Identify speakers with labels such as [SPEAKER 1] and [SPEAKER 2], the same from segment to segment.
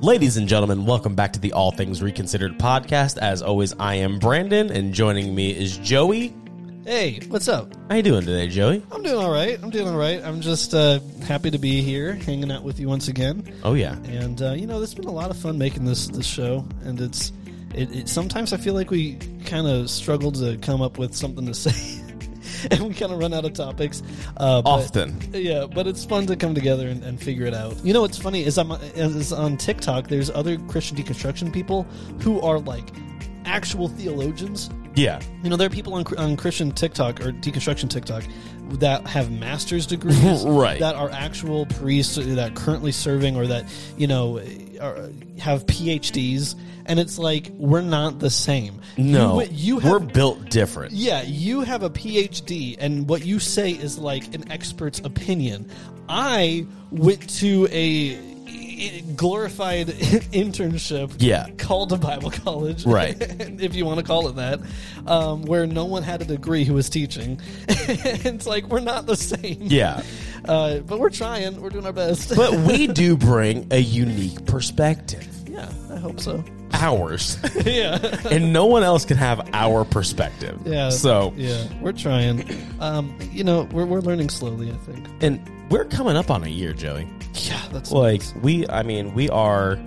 [SPEAKER 1] Ladies and gentlemen, welcome back to the All Things Reconsidered podcast. As always, I am Brandon, and joining me is Joey.
[SPEAKER 2] Hey, what's up?
[SPEAKER 1] How you doing today, Joey?
[SPEAKER 2] I'm doing all right. I'm doing all right. I'm just uh, happy to be here, hanging out with you once again.
[SPEAKER 1] Oh yeah,
[SPEAKER 2] And uh, you know, it's been a lot of fun making this this show, and it's it, it sometimes I feel like we kind of struggle to come up with something to say, and we kind of run out of topics. Uh, but-
[SPEAKER 1] often.
[SPEAKER 2] yeah, but it's fun to come together and, and figure it out. You know what's funny is I'm is on TikTok. There's other Christian deconstruction people who are like actual theologians
[SPEAKER 1] Yeah,
[SPEAKER 2] you know, there are people on, on Christian TikTok or deconstruction TikTok that have master's degrees,
[SPEAKER 1] Right.
[SPEAKER 2] That are actual priests that are currently serving or that you know are, have PhDs, and it's like we're not the same.
[SPEAKER 1] no,
[SPEAKER 2] you, you have,
[SPEAKER 1] we're built different.
[SPEAKER 2] yeah, you have a PhD, and what you say is like an expert's opinion. I went to a glorified internship
[SPEAKER 1] Yeah.
[SPEAKER 2] called a bible college
[SPEAKER 1] Right.
[SPEAKER 2] if you want to call it that um, where no one had a degree who was teaching it's like we're not the same
[SPEAKER 1] Yeah,
[SPEAKER 2] uh, but we're trying we're doing our best
[SPEAKER 1] but we do bring a unique perspective.
[SPEAKER 2] yeah i hope so
[SPEAKER 1] Ours,
[SPEAKER 2] yeah
[SPEAKER 1] and no one else can have our perspective.
[SPEAKER 2] yeah
[SPEAKER 1] So,
[SPEAKER 2] yeah we're trying um, you know we're, we're learning slowly i think
[SPEAKER 1] and we're coming up on a year, Joey.
[SPEAKER 2] yeah that's
[SPEAKER 1] like we i mean we are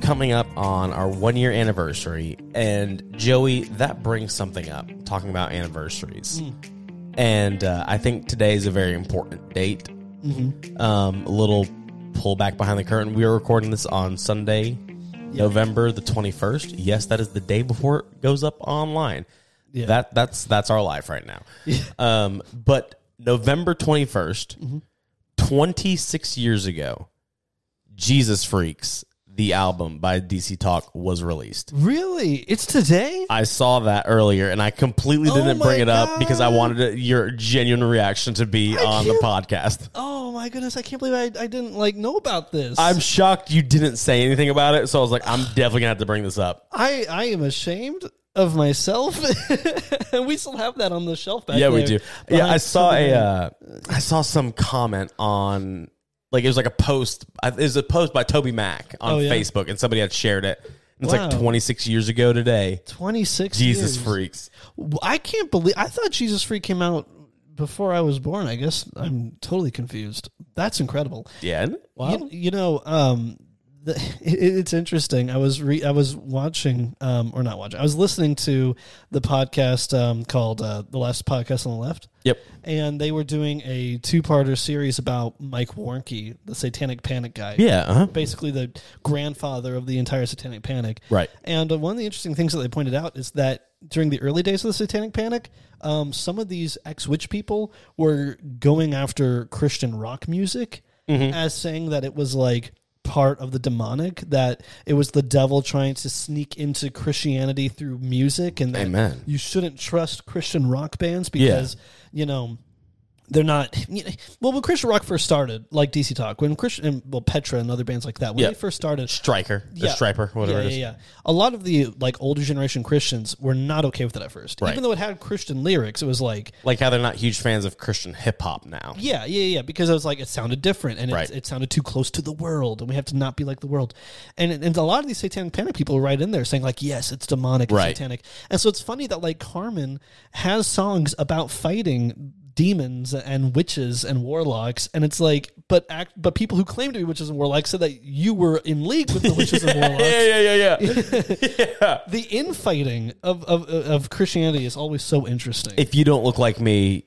[SPEAKER 1] coming up on our one year anniversary and joey that brings something up talking about anniversaries
[SPEAKER 2] Hmm.
[SPEAKER 1] and uh, i think today is a very important date
[SPEAKER 2] Mm-hmm.
[SPEAKER 1] um, a little pull back behind the curtain we are recording this on sunday november the 21st yes that is the day before it goes up online
[SPEAKER 2] Yeah.
[SPEAKER 1] that that's that's our life right now um, but november 21st
[SPEAKER 2] Mm-hmm.
[SPEAKER 1] 26 years ago Jesus Freaks, the album by DC Talk, was released.
[SPEAKER 2] really it's today
[SPEAKER 1] I saw that earlier and I completely didn't
[SPEAKER 2] Oh my
[SPEAKER 1] bring it up because I
[SPEAKER 2] God.
[SPEAKER 1] wanted it- your genuine reaction to be on the podcast.
[SPEAKER 2] oh my goodness i can't believe i, I didn't like know about this
[SPEAKER 1] I'm shocked you didn't say anything about it. So I was like, I'm definitely going to have to bring this up.
[SPEAKER 2] I I am ashamed of myself. and we still have that on the shelf back
[SPEAKER 1] Yeah, we
[SPEAKER 2] there.
[SPEAKER 1] do. Yeah, I
[SPEAKER 2] Behind-
[SPEAKER 1] saw a, uh, I saw some comment on, like, it was like a post. I- It was a post by Toby Mack on
[SPEAKER 2] Oh, yeah?
[SPEAKER 1] Facebook and somebody had shared it. And it's
[SPEAKER 2] Wow.
[SPEAKER 1] like 26 years ago today.
[SPEAKER 2] 26
[SPEAKER 1] Jesus
[SPEAKER 2] years.
[SPEAKER 1] Freaks.
[SPEAKER 2] I can't believe I thought Jesus Free came out before I was born. I guess I'm totally confused. That's incredible.
[SPEAKER 1] Yeah.
[SPEAKER 2] You, you know, um, the, it, it's interesting. I was re, I was watching, um, or not watching. I was listening to the podcast um, called uh, "The Last Podcast on the Left."
[SPEAKER 1] Yep.
[SPEAKER 2] And they were doing a two-parter series about Mike Warnke, the Satanic Panic guy.
[SPEAKER 1] Yeah. Uh-huh.
[SPEAKER 2] basically the grandfather of the entire Satanic Panic.
[SPEAKER 1] Right.
[SPEAKER 2] And uh, one of the interesting things that they pointed out is that during the early days of the Satanic Panic, um, some of these ex witch people were going after Christian rock music
[SPEAKER 1] Mm-hmm.
[SPEAKER 2] as saying that it was like part of the demonic, that it was the devil trying to sneak into Christianity through music, and that
[SPEAKER 1] Amen.
[SPEAKER 2] you shouldn't trust Christian rock bands because, you know, they're not well when christian rock first started like dc talk when christian and, well petra and other bands like that when
[SPEAKER 1] Yeah.
[SPEAKER 2] they first started
[SPEAKER 1] striker or striper, whatever
[SPEAKER 2] yeah,
[SPEAKER 1] it is.
[SPEAKER 2] yeah, yeah. A lot of the like older generation Christians were not okay with it at first,
[SPEAKER 1] Right.
[SPEAKER 2] even though it had Christian lyrics. It was like,
[SPEAKER 1] Like how they're not huge fans of Christian hip hop now.
[SPEAKER 2] yeah, yeah, yeah, because it was like it sounded different and
[SPEAKER 1] Right.
[SPEAKER 2] it, it sounded too close to the world, and we have to not be like the world. And and a lot of these satanic panic people were right in there saying like, yes, it's demonic, it's
[SPEAKER 1] Right.
[SPEAKER 2] satanic. And so it's funny that like Carmen has songs about fighting demons and witches and warlocks and it's like but act but people who claim to be witches and warlocks said that you were in league with the witches and warlocks
[SPEAKER 1] yeah, yeah, yeah.
[SPEAKER 2] the infighting of, of of Christianity is always so interesting.
[SPEAKER 1] if you don't look like me,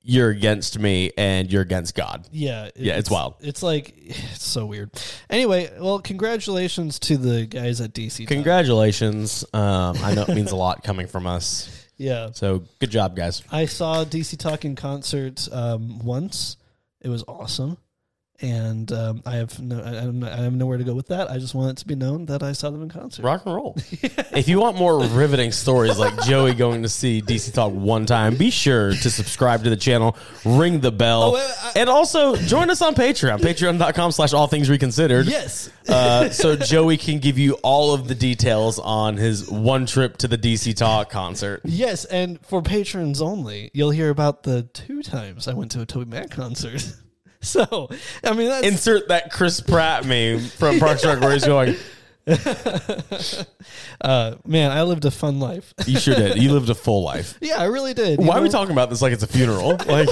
[SPEAKER 1] you're against me and you're against God.
[SPEAKER 2] yeah, it-
[SPEAKER 1] Yeah, it's wild.
[SPEAKER 2] It's like it's so weird. Anyway, well, congratulations to the guys at DC. Talk.
[SPEAKER 1] Congratulations. Um, I know it means a lot coming from us.
[SPEAKER 2] yeah,
[SPEAKER 1] So good job, guys.
[SPEAKER 2] I saw DC Talk in concert um, once. It was awesome, and um, I have no, I, I'm not- I have nowhere to go with that. I just want it to be known that I saw them in concert.
[SPEAKER 1] Rock and roll. If you want more riveting stories like Joey going to see DC Talk one time, be sure to subscribe to the channel, ring the bell,
[SPEAKER 2] Oh, wait, I-
[SPEAKER 1] and also join us on Patreon, patreon.com slash all things reconsidered.
[SPEAKER 2] Yes,
[SPEAKER 1] uh, so Joey can give you all of the details on his one trip to the DC Talk concert.
[SPEAKER 2] yes, and for patrons only, you'll hear about the two times I went to a Toby Mac concert. So, I mean, that's,
[SPEAKER 1] Insert that Chris Pratt meme from Parks and Rec where he's going,
[SPEAKER 2] uh, man, I lived a fun life.
[SPEAKER 1] You sure did. You lived a full life.
[SPEAKER 2] yeah, I really did. you
[SPEAKER 1] Why are we
[SPEAKER 2] know?
[SPEAKER 1] talking about this like it's a funeral? Like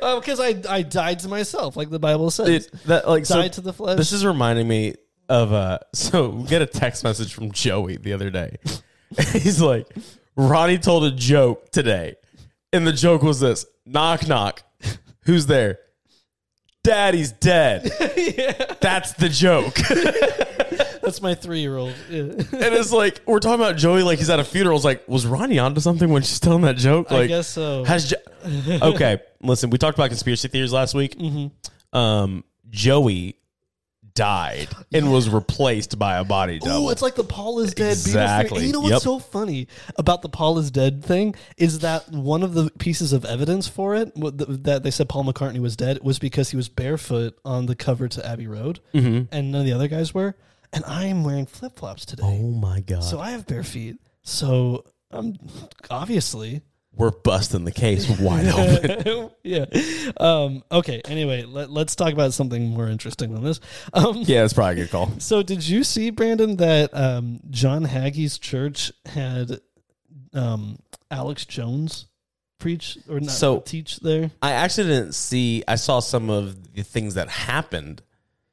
[SPEAKER 2] Oh, because I I died to myself, like the Bible says.
[SPEAKER 1] it, that like so
[SPEAKER 2] died to the flesh.
[SPEAKER 1] this is reminding me of uh so we get a text message from Joey the other day. He's like, Ronnie told a joke today. And the joke was this knock knock. Who's there? Daddy's dead. That's the joke.
[SPEAKER 2] That's my three year old.
[SPEAKER 1] and it's like we're talking about Joey like he's at a funeral. It's like, was Ronnie onto something when she's telling that joke? Like,
[SPEAKER 2] guess so.
[SPEAKER 1] Has jo- okay, listen, we talked about conspiracy theories last week.
[SPEAKER 2] Mm-hmm.
[SPEAKER 1] Um, Joey died and was replaced by a body
[SPEAKER 2] Oh,
[SPEAKER 1] double.
[SPEAKER 2] it's like the Paul is dead. Beatles thing.
[SPEAKER 1] Exactly.
[SPEAKER 2] And you know what's
[SPEAKER 1] Yep.
[SPEAKER 2] so funny about the Paul is dead thing is that one of the pieces of evidence for it what the, that they said Paul McCartney was dead was because he was barefoot on the cover to Abbey Road,
[SPEAKER 1] Mm-hmm.
[SPEAKER 2] and none of the other guys were. And I am wearing flip flops today,
[SPEAKER 1] oh my god,
[SPEAKER 2] so I have bare feet. So I'm obviously
[SPEAKER 1] we're busting the case wide open.
[SPEAKER 2] yeah. Um, okay. Anyway, let, let's talk about something more interesting than this. Um,
[SPEAKER 1] yeah, that's probably a good call.
[SPEAKER 2] So, did you see Brandon that um, John Hagee's church had um, Alex Jones preach or not
[SPEAKER 1] So-
[SPEAKER 2] teach there?
[SPEAKER 1] I actually didn't see. I saw some of the things that happened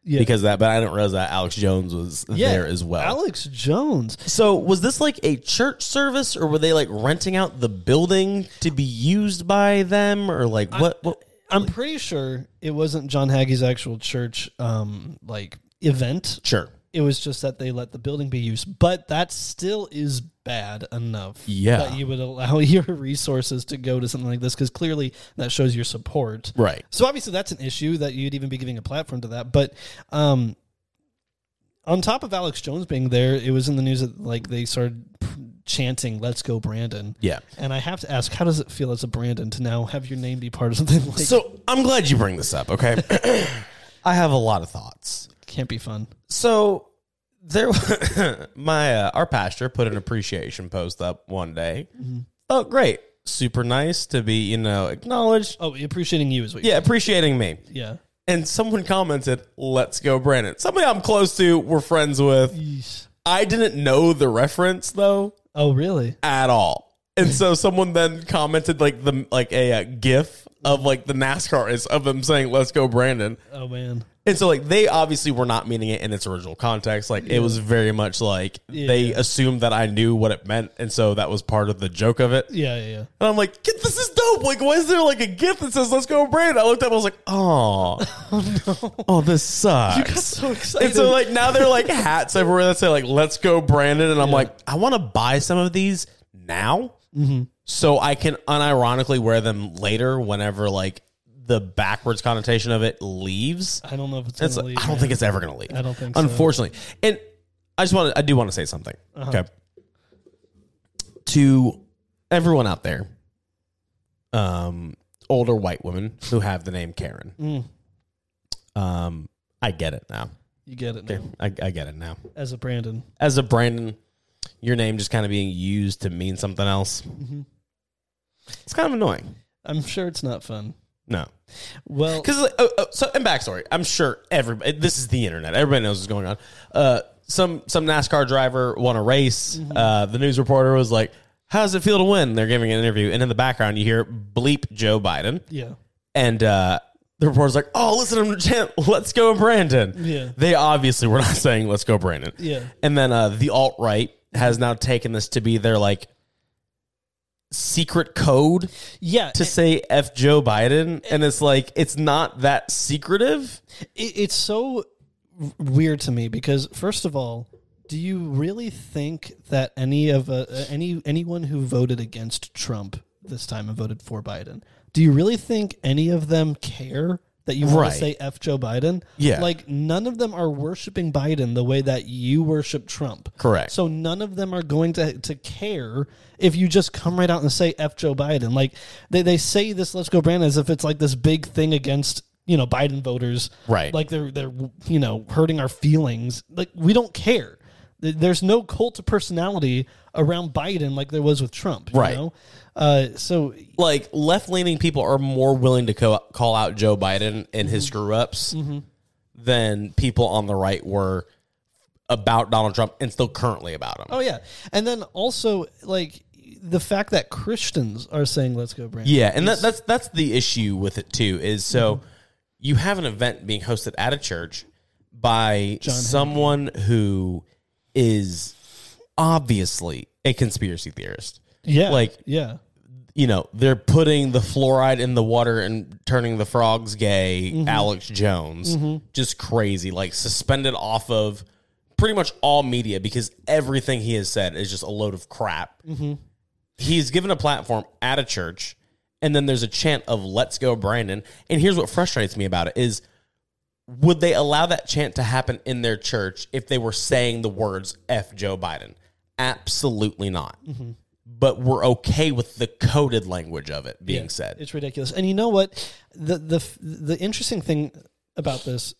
[SPEAKER 2] Yeah.
[SPEAKER 1] because of that, but I didn't realize that Alex Jones was there as well.
[SPEAKER 2] Alex Jones.
[SPEAKER 1] so was this like a church service, or were they like renting out the building to be used by them, or like what? what
[SPEAKER 2] I'm pretty sure it wasn't John Hagee's actual church um, like event.
[SPEAKER 1] sure.
[SPEAKER 2] It was just that they let the building be used, but that still is bad enough.
[SPEAKER 1] Yeah.
[SPEAKER 2] that you would allow your resources to go to something like this because clearly that shows your support.
[SPEAKER 1] Right.
[SPEAKER 2] So obviously that's an issue that you'd even be giving a platform to that. But um, on top of Alex Jones being there, it was in the news that like they started chanting "Let's go Brandon."
[SPEAKER 1] Yeah.
[SPEAKER 2] And I have to ask, how does it feel as a Brandon to now have your name be part of something like
[SPEAKER 1] So I'm glad you bring this up. Okay. I have a lot of thoughts.
[SPEAKER 2] can't be fun?
[SPEAKER 1] So there, my uh, our pastor put an appreciation post up one day. Oh, great! Super nice to be you know acknowledged.
[SPEAKER 2] Oh, appreciating you is what.
[SPEAKER 1] Yeah, appreciating me.
[SPEAKER 2] You, yeah.
[SPEAKER 1] And someone commented, "Let's go, Brandon." Somebody I'm close to, we're friends with.
[SPEAKER 2] Yeesh.
[SPEAKER 1] I didn't know the reference though
[SPEAKER 2] Oh, really?
[SPEAKER 1] at all. And so someone then commented like the like a uh, GIF of like the NASCAR is of them saying, "Let's go, Brandon."
[SPEAKER 2] Oh man.
[SPEAKER 1] And so, like, they obviously were not meaning it in its original context. Like, it was very much like they assumed that I knew what it meant. And so that was part of the joke of it. And
[SPEAKER 2] Yeah, yeah, yeah.
[SPEAKER 1] I'm like, "Get- this is dope. Like, why is there like a gift that says, let's go, Brand? I looked up, I was like, oh, no. Oh, this sucks.
[SPEAKER 2] got so excited.
[SPEAKER 1] and so, like, now they're like hats everywhere that say, like, let's go, Brandon. And I'm like, I want to buy some of these now
[SPEAKER 2] Mm-hmm.
[SPEAKER 1] so I can unironically wear them later whenever, like, the backwards connotation of it leaves.
[SPEAKER 2] I don't know if it's.
[SPEAKER 1] It's-
[SPEAKER 2] gonna leave,
[SPEAKER 1] I don't
[SPEAKER 2] man.
[SPEAKER 1] think it's ever going to leave.
[SPEAKER 2] I don't think so.
[SPEAKER 1] Unfortunately. And I just want to, I do want to say something.
[SPEAKER 2] Uh-huh.
[SPEAKER 1] Okay. To everyone out there, um, older white women who have the name Karen,
[SPEAKER 2] Mm.
[SPEAKER 1] um, I get it now.
[SPEAKER 2] you get it now.
[SPEAKER 1] I, I get it now.
[SPEAKER 2] as a Brandon.
[SPEAKER 1] As a Brandon, your name just kind of being used to mean something else.
[SPEAKER 2] Mm-hmm.
[SPEAKER 1] It's kind of annoying.
[SPEAKER 2] I'm sure it's not fun.
[SPEAKER 1] No.
[SPEAKER 2] Well,
[SPEAKER 1] Because like, oh, oh, so and backstory, I'm sure everybody. This is the internet. Everybody knows what's going on. Uh, some some NASCAR driver won a race.
[SPEAKER 2] Mm-hmm.
[SPEAKER 1] Uh, the news reporter was like, "How does it feel to win?" They're giving an interview, and in the background you hear bleep Joe Biden,
[SPEAKER 2] yeah.
[SPEAKER 1] and uh, the reporter's like, "Oh, listen to him chant, let's go Brandon."
[SPEAKER 2] Yeah.
[SPEAKER 1] they obviously were not saying let's go Brandon.
[SPEAKER 2] Yeah.
[SPEAKER 1] and then uh, the alt right has now taken this to be their like secret code
[SPEAKER 2] Yeah,
[SPEAKER 1] to say F Joe Biden, and it's like it's not that secretive.
[SPEAKER 2] it, it's so w- weird to me because first of all do you really think that any of uh, uh, any anyone who voted against Trump this time and voted for Biden do you really think any of them care that you want
[SPEAKER 1] Right.
[SPEAKER 2] to say F Joe Biden?
[SPEAKER 1] Yeah.
[SPEAKER 2] Like, none of them are worshiping Biden the way that you worship Trump.
[SPEAKER 1] Correct.
[SPEAKER 2] So, none of them are going to, to care if you just come right out and say F Joe Biden. Like, they, they say this, let's go, Brandon, as if it's like this big thing against, you know, Biden voters
[SPEAKER 1] Right.
[SPEAKER 2] like they're they're you know hurting our feelings like we don't care th- there's no cult personality around Biden like there was with Trump. you
[SPEAKER 1] Right.
[SPEAKER 2] know? Uh, so
[SPEAKER 1] like left leaning people are more willing to co- call out Joe Biden and his screw ups than people on the right were about Donald Trump and still currently about him.
[SPEAKER 2] Oh yeah, and then also like the fact that Christians are saying "Let's go, Brandon."
[SPEAKER 1] Yeah, and that, that's that's the issue with it too. Is so you have an event being hosted at a church by someone who is obviously a conspiracy theorist.
[SPEAKER 2] yeah,
[SPEAKER 1] Like
[SPEAKER 2] yeah,
[SPEAKER 1] you know, they're putting the fluoride in the water and turning the frogs gay, Alex Jones. Just crazy. Like suspended off of pretty much all media because everything he has said is just a load of crap. He's given a platform at a church and then there's a chant of let's go Brandon. And here's what frustrates me about it is would they allow that chant to happen in their church if they were saying the words F Joe Biden? Absolutely not but we're okay with the coded language of it being said.
[SPEAKER 2] it's ridiculous. And you know what? The the f- the interesting thing about this.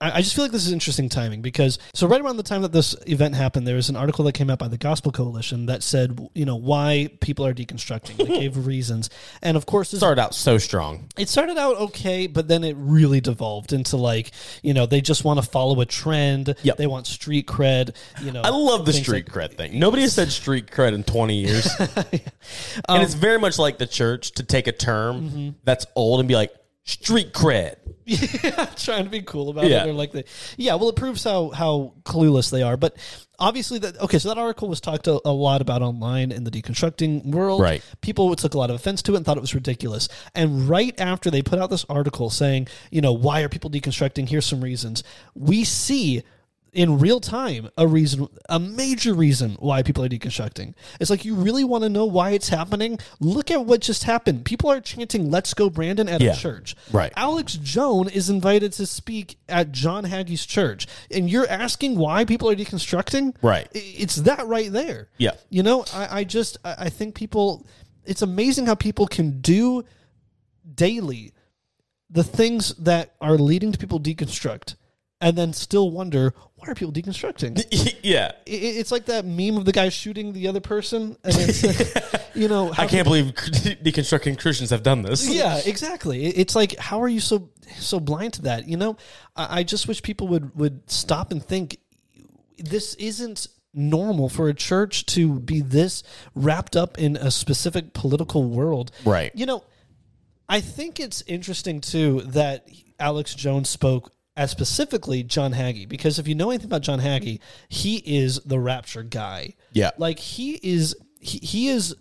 [SPEAKER 2] I I just feel like this is interesting timing because so right around the time that this event happened, there was an article that came out by the Gospel Coalition that said, you know, why people are deconstructing. They gave reasons, and of course, this
[SPEAKER 1] Started out so strong.
[SPEAKER 2] it started out okay, but then it really devolved into like, you know, they just want to follow a trend.
[SPEAKER 1] Yep.
[SPEAKER 2] They want street cred. You know,
[SPEAKER 1] I love the
[SPEAKER 2] things
[SPEAKER 1] street cred thing. Nobody has said street cred in 20 years. and it's very much like the church to take a term that's old and be like, street cred.
[SPEAKER 2] yeah, trying to be cool about
[SPEAKER 1] Yeah.
[SPEAKER 2] it. They're like, they, yeah, well, it proves how how clueless they are. But obviously, that okay. So that article was talked a, a lot about online in the deconstructing world.
[SPEAKER 1] Right.
[SPEAKER 2] People took a lot of offense to it and thought it was ridiculous. And right after they put out this article saying, you know, why are people deconstructing? Here's some reasons. We see. In real time, a reason, a major reason why people are deconstructing. It's like you really want to know why it's happening. Look at what just happened. People are chanting "Let's go, Brandon" at
[SPEAKER 1] Yeah.
[SPEAKER 2] a church.
[SPEAKER 1] Right.
[SPEAKER 2] Alex Joan is invited to speak at John Hagee's church, and you're asking why people are deconstructing?
[SPEAKER 1] Right.
[SPEAKER 2] I- It's that right there.
[SPEAKER 1] Yeah.
[SPEAKER 2] You know, I, I just I, I think people. It's amazing how people can do daily the things that are leading to people deconstruct, and then still wonder why are people deconstructing.
[SPEAKER 1] yeah.
[SPEAKER 2] I- I- It's like that meme of the guy shooting the other person, and it's you know how
[SPEAKER 1] I can't believe deconstructing Christians have done this.
[SPEAKER 2] yeah, exactly. It- It's like, how are you so so blind to that? You know, I, I just wish people would would stop and think. This isn't normal for a church to be this wrapped up in a specific political world,
[SPEAKER 1] Right.
[SPEAKER 2] You know, I think it's interesting too that Alex Jones spoke as specifically John Hagee because if you know anything about John Hagee, he is the rapture guy.
[SPEAKER 1] Yeah.
[SPEAKER 2] Like he is he, he is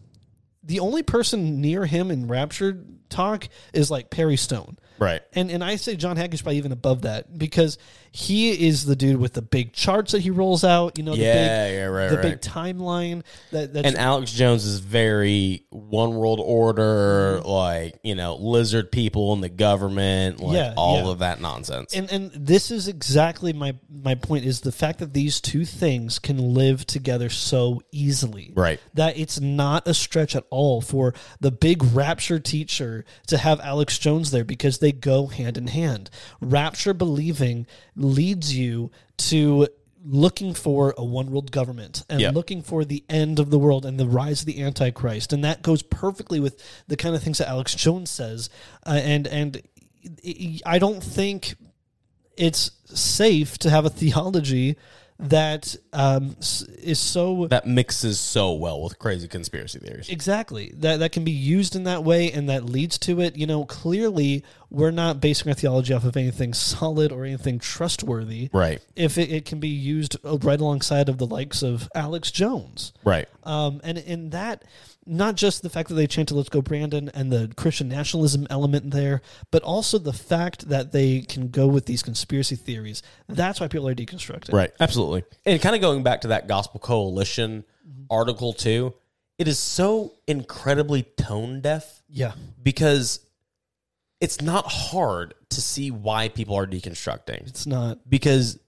[SPEAKER 2] the only person near him in rapture talk is like Perry Stone.
[SPEAKER 1] Right.
[SPEAKER 2] And and I say John Hagee's probably even above that because he is the dude with the big charts that he rolls out, you know, the
[SPEAKER 1] Yeah,
[SPEAKER 2] big
[SPEAKER 1] yeah, right,
[SPEAKER 2] the
[SPEAKER 1] right.
[SPEAKER 2] big timeline that that's
[SPEAKER 1] And Alex Jones is very one world order, like, you know, lizard people in the government, like
[SPEAKER 2] Yeah,
[SPEAKER 1] all
[SPEAKER 2] yeah.
[SPEAKER 1] of that nonsense.
[SPEAKER 2] and and this is exactly my my point is the fact that these two things can live together so easily
[SPEAKER 1] Right.
[SPEAKER 2] that it's not a stretch at all for the big rapture teacher to have alex jones there because they go hand in hand rapture believing leads you to looking for a one world government and
[SPEAKER 1] Yep.
[SPEAKER 2] looking for the end of the world and the rise of the antichrist and that goes perfectly with the kind of things that alex jones says uh, and and I don't think it's safe to have a theology that um, s- is so
[SPEAKER 1] that mixes so well with crazy conspiracy theories.
[SPEAKER 2] exactly that that can be used in that way and that leads to it. You know, clearly we're not basing our theology off of anything solid or anything trustworthy.
[SPEAKER 1] Right.
[SPEAKER 2] If it, it can be used uh, right alongside of the likes of Alex Jones.
[SPEAKER 1] Right.
[SPEAKER 2] Um, and in that, not just the fact that they chanted "Let's go, Brandon" and the Christian nationalism element there, but also the fact that they can go with these conspiracy theories. That's why people are deconstructing.
[SPEAKER 1] Right. Absolutely. And kind of going back to that Gospel Coalition article too, it is so incredibly tone deaf
[SPEAKER 2] Yeah.
[SPEAKER 1] because it's not hard to see why people are deconstructing
[SPEAKER 2] It's not.
[SPEAKER 1] because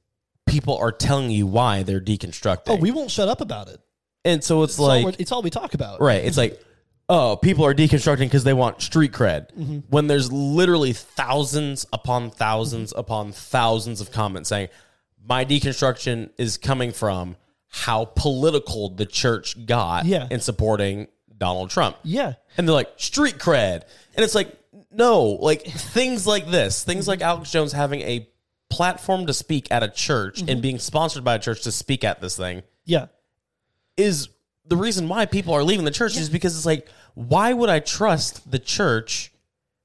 [SPEAKER 1] people are telling you why they're deconstructing.
[SPEAKER 2] Oh, we won't shut up about it.
[SPEAKER 1] and so it's,
[SPEAKER 2] It's, all
[SPEAKER 1] like
[SPEAKER 2] we're- it's all we talk about.
[SPEAKER 1] Right. It's like, oh, people are deconstructing because they want street cred.
[SPEAKER 2] Mm-hmm.
[SPEAKER 1] When there's literally thousands upon 1000s upon thousands of comments saying, my deconstruction is coming from how political the church got
[SPEAKER 2] Yeah.
[SPEAKER 1] in supporting Donald Trump.
[SPEAKER 2] Yeah.
[SPEAKER 1] And they're like, street cred. And it's like, no, like things like this, things like Alex Jones having a platform to speak at a church and being sponsored by a church to speak at this thing
[SPEAKER 2] Yeah.
[SPEAKER 1] is the reason why people are leaving the church is because it's like, why would I trust the church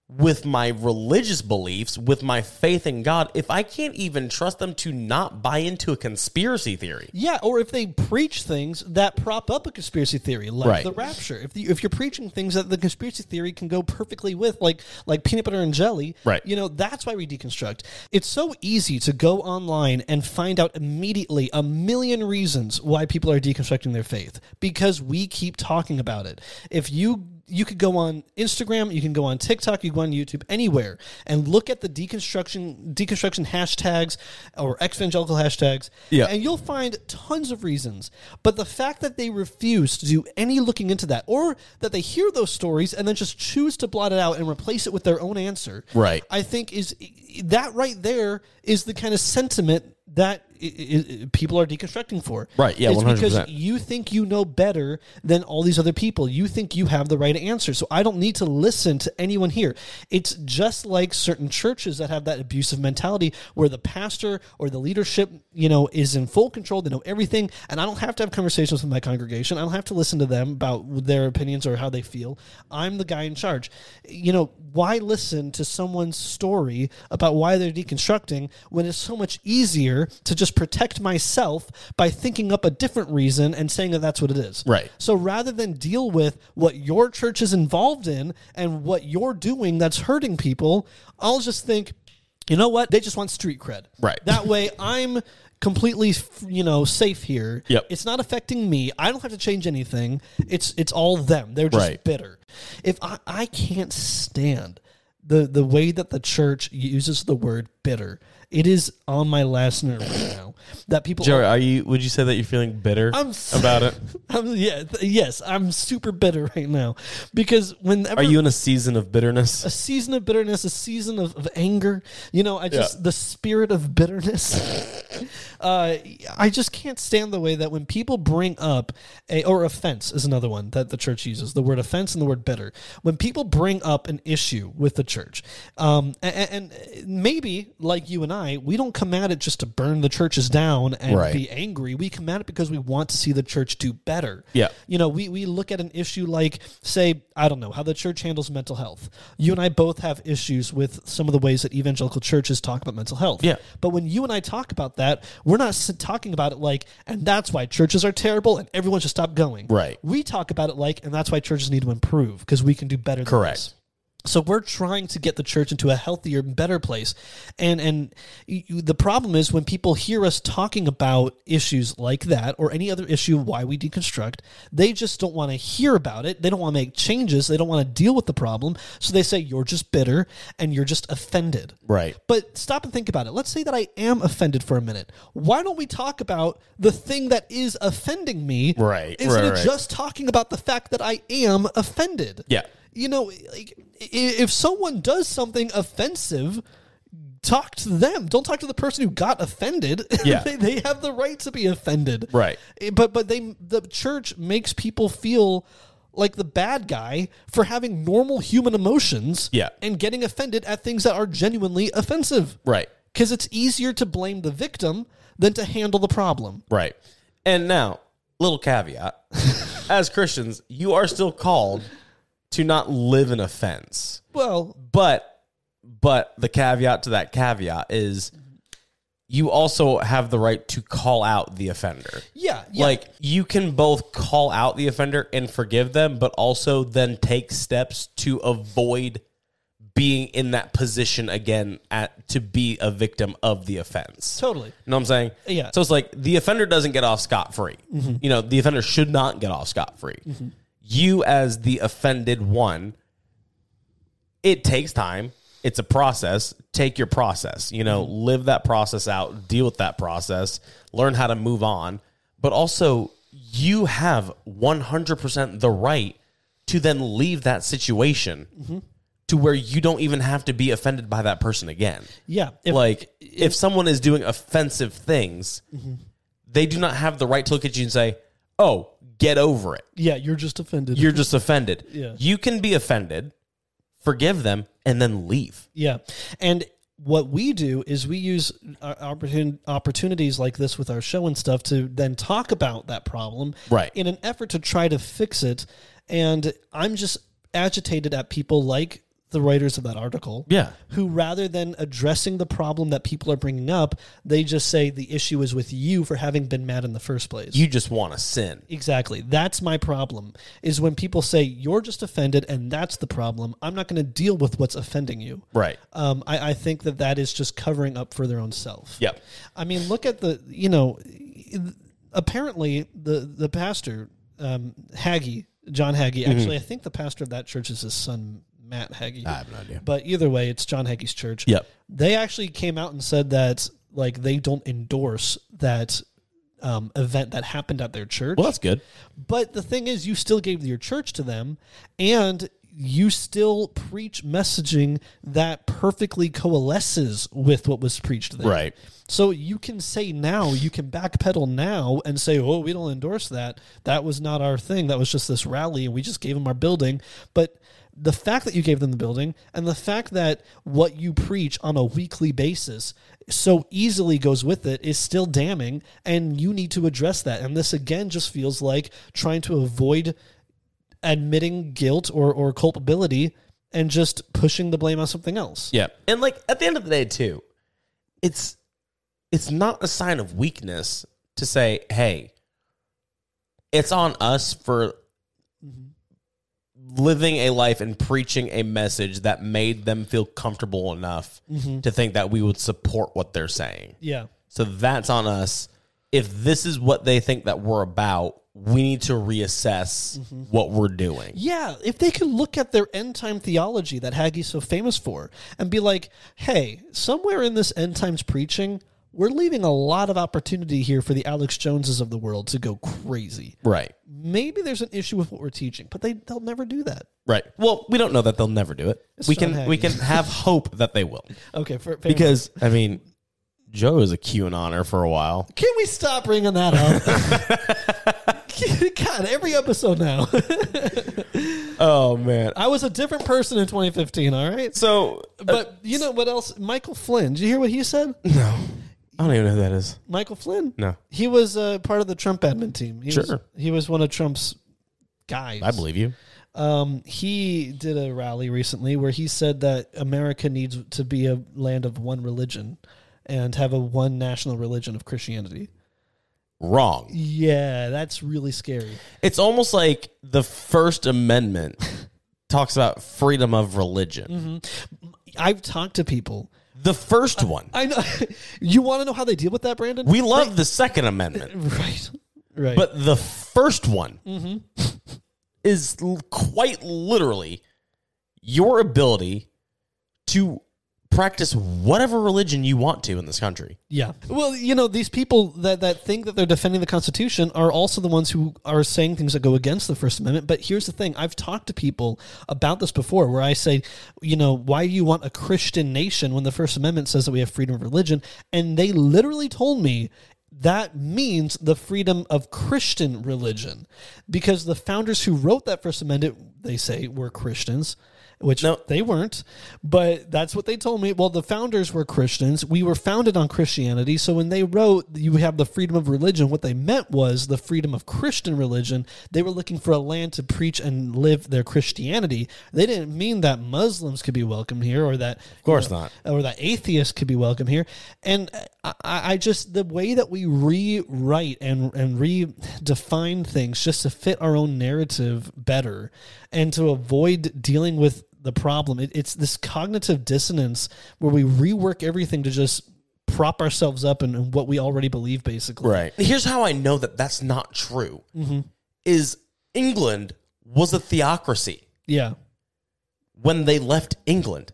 [SPEAKER 1] with my religious beliefs, with my faith in God, if I can't even trust them to not buy into a conspiracy theory?
[SPEAKER 2] Yeah, or if they preach things that prop up a conspiracy theory, like
[SPEAKER 1] Right.
[SPEAKER 2] the rapture. If the, if you're preaching things that the conspiracy theory can go perfectly with, like like peanut butter and jelly,
[SPEAKER 1] Right.
[SPEAKER 2] You know, that's why we deconstruct. It's so easy to go online and find out immediately a million reasons why people are deconstructing their faith because we keep talking about it. If you you could go on Instagram, you can go on TikTok, you can go on YouTube, anywhere, and look at the deconstruction deconstruction hashtags or evangelical hashtags,
[SPEAKER 1] Yeah.
[SPEAKER 2] and you'll find tons of reasons. But the fact that they refuse to do any looking into that, or that they hear those stories and then just choose to blot it out and replace it with their own answer,
[SPEAKER 1] Right.
[SPEAKER 2] I think is that right there is the kind of sentiment that i- i- i- people are deconstructing for.
[SPEAKER 1] Right, yeah,
[SPEAKER 2] It's because
[SPEAKER 1] 100%.
[SPEAKER 2] you think you know better than all these other people. You think you have the right answer. So I don't need to listen to anyone here. It's just like certain churches that have that abusive mentality where the pastor or the leadership, you know, is in full control. They know everything. And I don't have to have conversations with my congregation. I don't have to listen to them about their opinions or how they feel. I'm the guy in charge. You know, why listen to someone's story about why they're deconstructing when it's so much easier to just protect myself by thinking up a different reason and saying that that's what it is?
[SPEAKER 1] Right.
[SPEAKER 2] So rather than deal with what your church is involved in and what you're doing that's hurting people, I'll just think, you know what? They just want street cred.
[SPEAKER 1] Right.
[SPEAKER 2] That way I'm completely, f- you know, safe here.
[SPEAKER 1] Yep.
[SPEAKER 2] It's not affecting me. I don't have to change anything. It's it's all them. They're just
[SPEAKER 1] Right.
[SPEAKER 2] bitter. If I, I can't stand the the way that the church uses the word bitter, it is on my last nerve right now. That people
[SPEAKER 1] Joey, are you? Would you say that you're feeling bitter
[SPEAKER 2] I'm s-
[SPEAKER 1] about it?
[SPEAKER 2] I'm, yeah, th- yes, I'm super bitter right now because whenever
[SPEAKER 1] Are you in a season of bitterness?
[SPEAKER 2] a season of bitterness, a season of, of anger, you know, I just
[SPEAKER 1] Yeah.
[SPEAKER 2] the spirit of bitterness. uh, I just can't stand the way that when people bring up a or offense is another one that the church uses the word offense and the word bitter. When people bring up an issue with the church, um, a- a- and, and maybe like you and I, we don't come at it just to burn the churches down and
[SPEAKER 1] Right.
[SPEAKER 2] be angry. We come at it because we want to see the church do better.
[SPEAKER 1] Yeah.
[SPEAKER 2] You know, we, we look at an issue like, say, I don't know, how the church handles mental health. You and I both have issues with some of the ways that evangelical churches talk about mental health.
[SPEAKER 1] Yeah.
[SPEAKER 2] But when you and I talk about that, we're not s- talking about it like, and that's why churches are terrible and everyone should stop going.
[SPEAKER 1] Right.
[SPEAKER 2] We talk about it like, and that's why churches need to improve because we can do better than
[SPEAKER 1] Correct.
[SPEAKER 2] this. So we're trying to get the church into a healthier, better place, and and you, the problem is when people hear us talking about issues like that or any other issue why we deconstruct, they just don't want to hear about it. They don't want to make changes. They don't want to deal with the problem. So they say you're just bitter and you're just offended.
[SPEAKER 1] Right.
[SPEAKER 2] But stop and think about it. Let's say that I am offended for a minute. Why don't we talk about the thing that is offending me?
[SPEAKER 1] Right,
[SPEAKER 2] Instead
[SPEAKER 1] right,
[SPEAKER 2] of
[SPEAKER 1] right.
[SPEAKER 2] just talking about the fact that I am offended
[SPEAKER 1] Yeah.
[SPEAKER 2] you know, like i- if someone does something offensive, talk to them. Don't talk to the person who got offended.
[SPEAKER 1] Yeah.
[SPEAKER 2] they, they have the right to be offended.
[SPEAKER 1] Right.
[SPEAKER 2] Eh, But but they the church makes people feel like the bad guy for having normal human emotions
[SPEAKER 1] Yeah.
[SPEAKER 2] and getting offended at things that are genuinely offensive.
[SPEAKER 1] Right.
[SPEAKER 2] Cuz it's easier to blame the victim than to handle the problem.
[SPEAKER 1] Right. And now, little caveat: as Christians, you are still called to not live in offense.
[SPEAKER 2] Well,
[SPEAKER 1] But but the caveat to that caveat is you also have the right to call out the offender.
[SPEAKER 2] yeah, yeah.
[SPEAKER 1] Like you can both call out the offender and forgive them, but also then take steps to avoid being in that position again at to be a victim of the offense.
[SPEAKER 2] totally.
[SPEAKER 1] You know what I'm saying?
[SPEAKER 2] Yeah.
[SPEAKER 1] So it's like the offender doesn't get off scot free. You know, the offender should not get off scot free. You, as the offended one, it takes time. It's a process. Take your process. You know, live that process out, deal with that process, learn how to move on. But also, you have 100% the right to then leave that situation to where you don't even have to be offended by that person again.
[SPEAKER 2] Yeah. If,
[SPEAKER 1] like if, someone is doing offensive things, they do not have the right to look at you and say, "Oh, get over it.
[SPEAKER 2] yeah, you're just offended.
[SPEAKER 1] You're just offended."
[SPEAKER 2] Yeah.
[SPEAKER 1] You can be offended, forgive them, and then leave.
[SPEAKER 2] Yeah. And what we do is we use our opportun- opportunities like this with our show and stuff to then talk about that problem
[SPEAKER 1] Right.
[SPEAKER 2] in an effort to try to fix it. And I'm just agitated at people like the writers of that article.
[SPEAKER 1] Yeah.
[SPEAKER 2] Who rather than addressing the problem that people are bringing up, they just say the issue is with you for having been mad in the first place.
[SPEAKER 1] You just want to sin.
[SPEAKER 2] Exactly. That's my problem. Is when people say you're just offended and that's the problem. I'm not going to deal with what's offending you.
[SPEAKER 1] Right.
[SPEAKER 2] Um, I, I think that that is just covering up for their own self.
[SPEAKER 1] Yep.
[SPEAKER 2] I mean, look at the you know, apparently the the pastor um, Haggy John Haggy.
[SPEAKER 1] Mm-hmm.
[SPEAKER 2] Actually, I think the pastor of that church is his son Matt Haggy. I
[SPEAKER 1] have no idea.
[SPEAKER 2] But either way, it's John Haggy's church.
[SPEAKER 1] Yep.
[SPEAKER 2] They actually came out and said that like they don't endorse that. Um, event that happened at their church.
[SPEAKER 1] Well, that's good.
[SPEAKER 2] But the thing is, you still gave your church to them, and you still preach messaging that perfectly coalesces with what was preached there.
[SPEAKER 1] Right.
[SPEAKER 2] So you can say now, you can backpedal now and say, oh, we don't endorse that. That was not our thing. That was just this rally, and we just gave them our building. But the fact that you gave them the building and the fact that what you preach on a weekly basis so easily goes with it is still damning, and you need to address that. And this again just feels like trying to avoid admitting guilt or, or culpability and just pushing the blame on something else.
[SPEAKER 1] Yeah. And like at the end of the day too, it's it's not a sign of weakness to say, "Hey, it's on us for
[SPEAKER 2] Mm-hmm.
[SPEAKER 1] living a life and preaching a message that made them feel comfortable enough to think that we would support what they're saying."
[SPEAKER 2] Mm-hmm. Yeah.
[SPEAKER 1] So that's on us. If this is what they think that we're about, we need to reassess what we're doing.
[SPEAKER 2] Mm-hmm. Yeah, if they could look at their end time theology that Haggie's so famous for and be like, hey, somewhere in this end times preaching, we're leaving a lot of opportunity here for the Alex Joneses of the world to go crazy.
[SPEAKER 1] Right.
[SPEAKER 2] Maybe there's an issue with what we're teaching, but they, they'll never do that.
[SPEAKER 1] Right. Well, we don't know that they'll never do it. we
[SPEAKER 2] John
[SPEAKER 1] can we
[SPEAKER 2] Hagee.
[SPEAKER 1] can have hope that they will.
[SPEAKER 2] Okay, for, fair enough.
[SPEAKER 1] Because I mean, Joe is a QAnoner for a while.
[SPEAKER 2] can we stop bringing that up? God, every episode now.
[SPEAKER 1] Oh man.
[SPEAKER 2] I was a different person in 2015, all right?
[SPEAKER 1] So
[SPEAKER 2] But you know what else? Michael Flynn, did you hear what he said?
[SPEAKER 1] no, I don't even know who that is.
[SPEAKER 2] Michael Flynn.
[SPEAKER 1] No,
[SPEAKER 2] He was uh, part of the Trump admin team. He Was,
[SPEAKER 1] Sure.
[SPEAKER 2] he was one of Trump's guys.
[SPEAKER 1] I believe you.
[SPEAKER 2] Um, he did a rally recently where he said that America needs to be a land of one religion and have a one national religion of Christianity.
[SPEAKER 1] Wrong.
[SPEAKER 2] Yeah, that's really scary.
[SPEAKER 1] It's almost like the First Amendment talks about freedom of religion.
[SPEAKER 2] I've talked to people.
[SPEAKER 1] The first one.
[SPEAKER 2] I know. you want to know how they deal with that, Brandon?
[SPEAKER 1] We love the Second Amendment,
[SPEAKER 2] right. Right.
[SPEAKER 1] but the first one is l- quite literally your ability to practice whatever religion you want to in this country.
[SPEAKER 2] Yeah. Well, you know, these people that, that think that they're defending the Constitution are also the ones who are saying things that go against the First Amendment. But here's the thing I've talked to people about this before where I say, you know, why do you want a Christian nation when the First Amendment says that we have freedom of religion? And they literally told me that means the freedom of Christian religion because the founders who wrote that First Amendment, they say, were Christians which they weren't, but that's what they told me. Well, the founders were Christians. We were founded on Christianity. So when they wrote, you have the freedom of religion, what they meant was the freedom of Christian religion. They were looking for a land to preach and live their Christianity. They didn't mean that Muslims could be welcome here or that, of
[SPEAKER 1] course not.
[SPEAKER 2] or that atheists could be welcome here. And I, I I just the way that we rewrite and and redefine things just to fit our own narrative better, and to avoid dealing with the problem. It, it's this cognitive dissonance where we rework everything to just prop ourselves up in, in what we already believe, basically.
[SPEAKER 1] Here's how I know that that's not true. Is England was a theocracy
[SPEAKER 2] Yeah.
[SPEAKER 1] when they left England.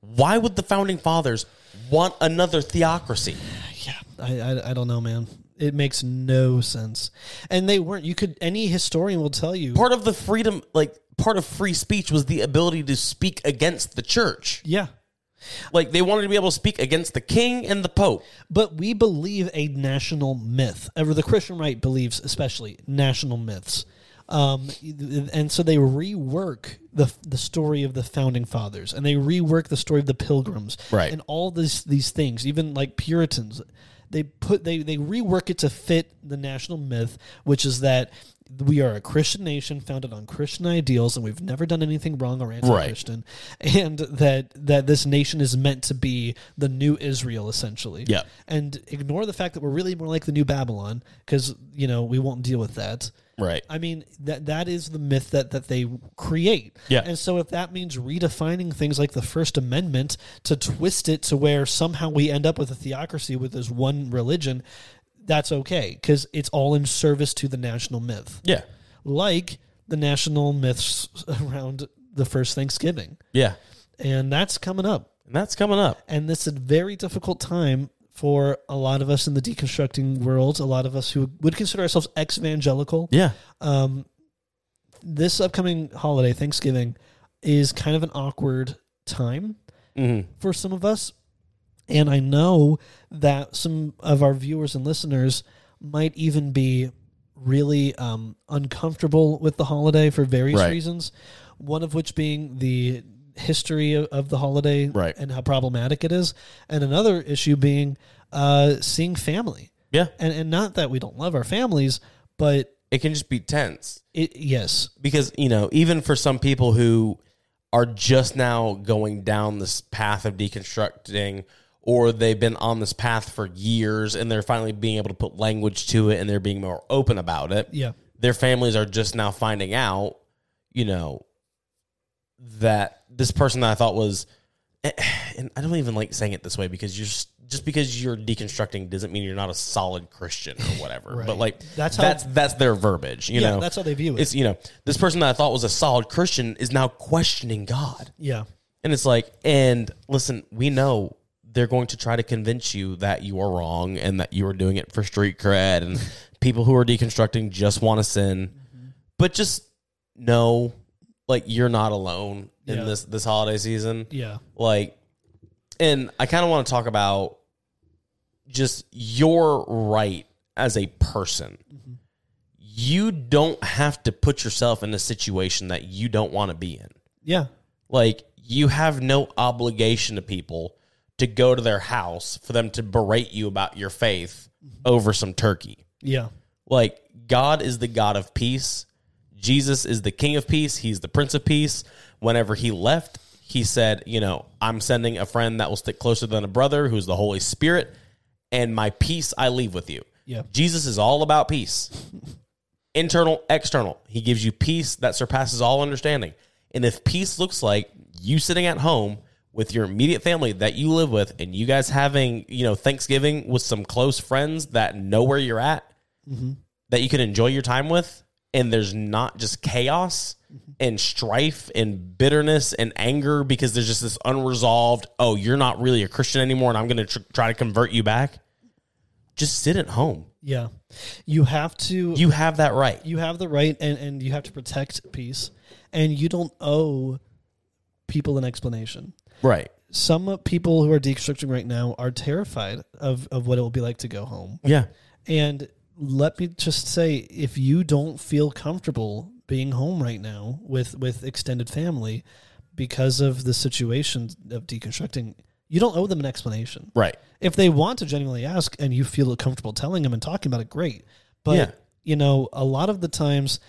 [SPEAKER 1] Why would the founding fathers want another theocracy?
[SPEAKER 2] Yeah. I I, I don't know, man. It makes no sense. And they weren't. You could any historian will tell you.
[SPEAKER 1] Part of the freedom, like part of free speech, was the ability to speak against the church.
[SPEAKER 2] yeah.
[SPEAKER 1] Like they wanted to be able to speak against the king and the pope.
[SPEAKER 2] But we believe a national myth. Ever the Christian right believes especially national myths. Um, and so they rework the the story of the founding fathers, and they rework the story of the pilgrims,
[SPEAKER 1] Right.
[SPEAKER 2] And all these these things, even like Puritans, they put they they rework it to fit the national myth, which is that we are a Christian nation founded on Christian ideals, and we've never done anything wrong or anti-Christian, and that that this nation is meant to be the new Israel, essentially
[SPEAKER 1] Yeah.
[SPEAKER 2] and ignore the fact that we're really more like the new Babylon because you know we won't deal with that.
[SPEAKER 1] Right.
[SPEAKER 2] I mean that that is the myth that that they create.
[SPEAKER 1] Yeah.
[SPEAKER 2] And so if that means redefining things like the First Amendment to twist it to where somehow we end up with a theocracy with this one religion, that's okay because it's all in service to the national myth,
[SPEAKER 1] Yeah.
[SPEAKER 2] like the national myths around the first Thanksgiving,
[SPEAKER 1] Yeah.
[SPEAKER 2] and that's coming up
[SPEAKER 1] And that's coming up.
[SPEAKER 2] and this is a very difficult time for a lot of us in the deconstructing world a lot of us who would consider ourselves ex-evangelical
[SPEAKER 1] Yeah.
[SPEAKER 2] um, this upcoming holiday thanksgiving is kind of an awkward time
[SPEAKER 1] Mm-hmm.
[SPEAKER 2] for some of us and i know that some of our viewers and listeners might even be really um, uncomfortable with the holiday for various
[SPEAKER 1] Right.
[SPEAKER 2] reasons one of which being the history of, of the holiday
[SPEAKER 1] Right.
[SPEAKER 2] and how problematic it is and another issue being uh, seeing family
[SPEAKER 1] Yeah.
[SPEAKER 2] and, and not that we don't love our families but
[SPEAKER 1] It can just be tense.
[SPEAKER 2] it, yes
[SPEAKER 1] because you know even for some people who are just now going down this path of deconstructing or they've been on this path for years and they're finally being able to put language to it and they're being more open about it
[SPEAKER 2] yeah
[SPEAKER 1] their families are just now finding out you know that this person that i thought was eh, and i don't even like saying it this way because you're s- just because you're deconstructing doesn't mean you're not a solid christian or whatever
[SPEAKER 2] Right.
[SPEAKER 1] but like
[SPEAKER 2] That's
[SPEAKER 1] that's
[SPEAKER 2] how-
[SPEAKER 1] that's that's their verbiage you
[SPEAKER 2] yeah
[SPEAKER 1] know
[SPEAKER 2] that's how they view it
[SPEAKER 1] it's you know this person that I thought was a solid Christian is now questioning God,
[SPEAKER 2] yeah
[SPEAKER 1] and it's like, and listen, we know they're going to try to convince you that you are wrong and that you are doing it for street cred, and people who are deconstructing just want to sin,
[SPEAKER 2] Mm-hmm.
[SPEAKER 1] but just know, like you're not alone in
[SPEAKER 2] Yeah.
[SPEAKER 1] this this holiday season,
[SPEAKER 2] yeah
[SPEAKER 1] like, and I kind of want to talk about just your right as a person.
[SPEAKER 2] Mm-hmm.
[SPEAKER 1] You don't have to put yourself in a situation that you don't want to be in.
[SPEAKER 2] yeah
[SPEAKER 1] Like, you have no obligation to people to go to their house for them to berate you about your faith over some turkey.
[SPEAKER 2] yeah
[SPEAKER 1] Like, God is the God of peace. Jesus is the King of peace. He's the Prince of peace. Whenever he left, he said, You know, I'm sending a friend that will stick closer than a brother, who's the Holy Spirit, and my peace I leave with you.
[SPEAKER 2] Yeah.
[SPEAKER 1] Jesus is all about peace internal, external. He gives you peace that surpasses all understanding. And if peace looks like you sitting at home with your immediate family that you live with and you guys having, you know, Thanksgiving with some close friends that know where you're at, that you can enjoy your time with, and there's not just chaos and strife and bitterness and anger because there's just this unresolved, oh, you're not really a Christian anymore and I'm going to tr- try to convert you back. Just sit at home.
[SPEAKER 2] Yeah. You have to you,
[SPEAKER 1] You have that right.
[SPEAKER 2] have the right and, and you have to protect peace and you don't owe people an explanation.
[SPEAKER 1] Right.
[SPEAKER 2] Some people who are deconstructing right now are terrified of, of what it will be like to go home.
[SPEAKER 1] Yeah.
[SPEAKER 2] And let me just say if you don't feel comfortable being home right now with, with extended family because of the situation of deconstructing, you don't owe them an explanation.
[SPEAKER 1] Right.
[SPEAKER 2] if they want to genuinely ask and you feel comfortable telling them and talking about it, great. But
[SPEAKER 1] Yeah.
[SPEAKER 2] you know, a lot of the times,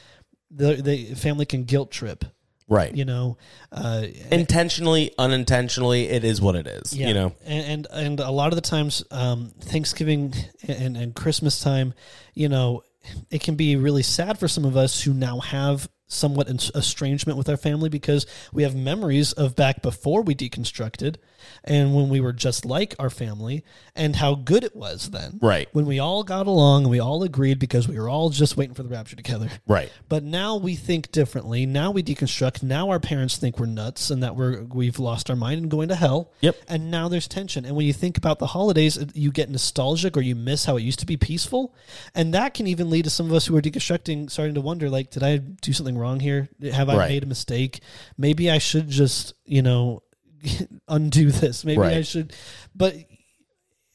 [SPEAKER 2] the, the family can guilt trip.
[SPEAKER 1] Right.
[SPEAKER 2] You know, uh,
[SPEAKER 1] Intentionally, unintentionally, it is what it is.
[SPEAKER 2] yeah.
[SPEAKER 1] You know.
[SPEAKER 2] and, and and a lot of the times, um, Thanksgiving and and Christmas time, you know, it can be really sad for some of us who now have somewhat in- estrangement with our family because we have memories of back before we deconstructed and when we were just like our family and how good it was then.
[SPEAKER 1] Right.
[SPEAKER 2] When we all got along and we all agreed because we were all just waiting for the rapture together.
[SPEAKER 1] Right.
[SPEAKER 2] But now we think differently. Now we deconstruct. Now our parents think we're nuts and that we're we've lost our mind and going to hell.
[SPEAKER 1] Yep.
[SPEAKER 2] And now there's tension. And when you think about the holidays, it- you get nostalgic or you miss how it used to be peaceful, and that can even lead to some of us who are deconstructing starting to wonder like, did I do something wrong here? Have I
[SPEAKER 1] Right.
[SPEAKER 2] made a mistake? Maybe I should just you know undo this. Maybe I
[SPEAKER 1] Right.
[SPEAKER 2] should. But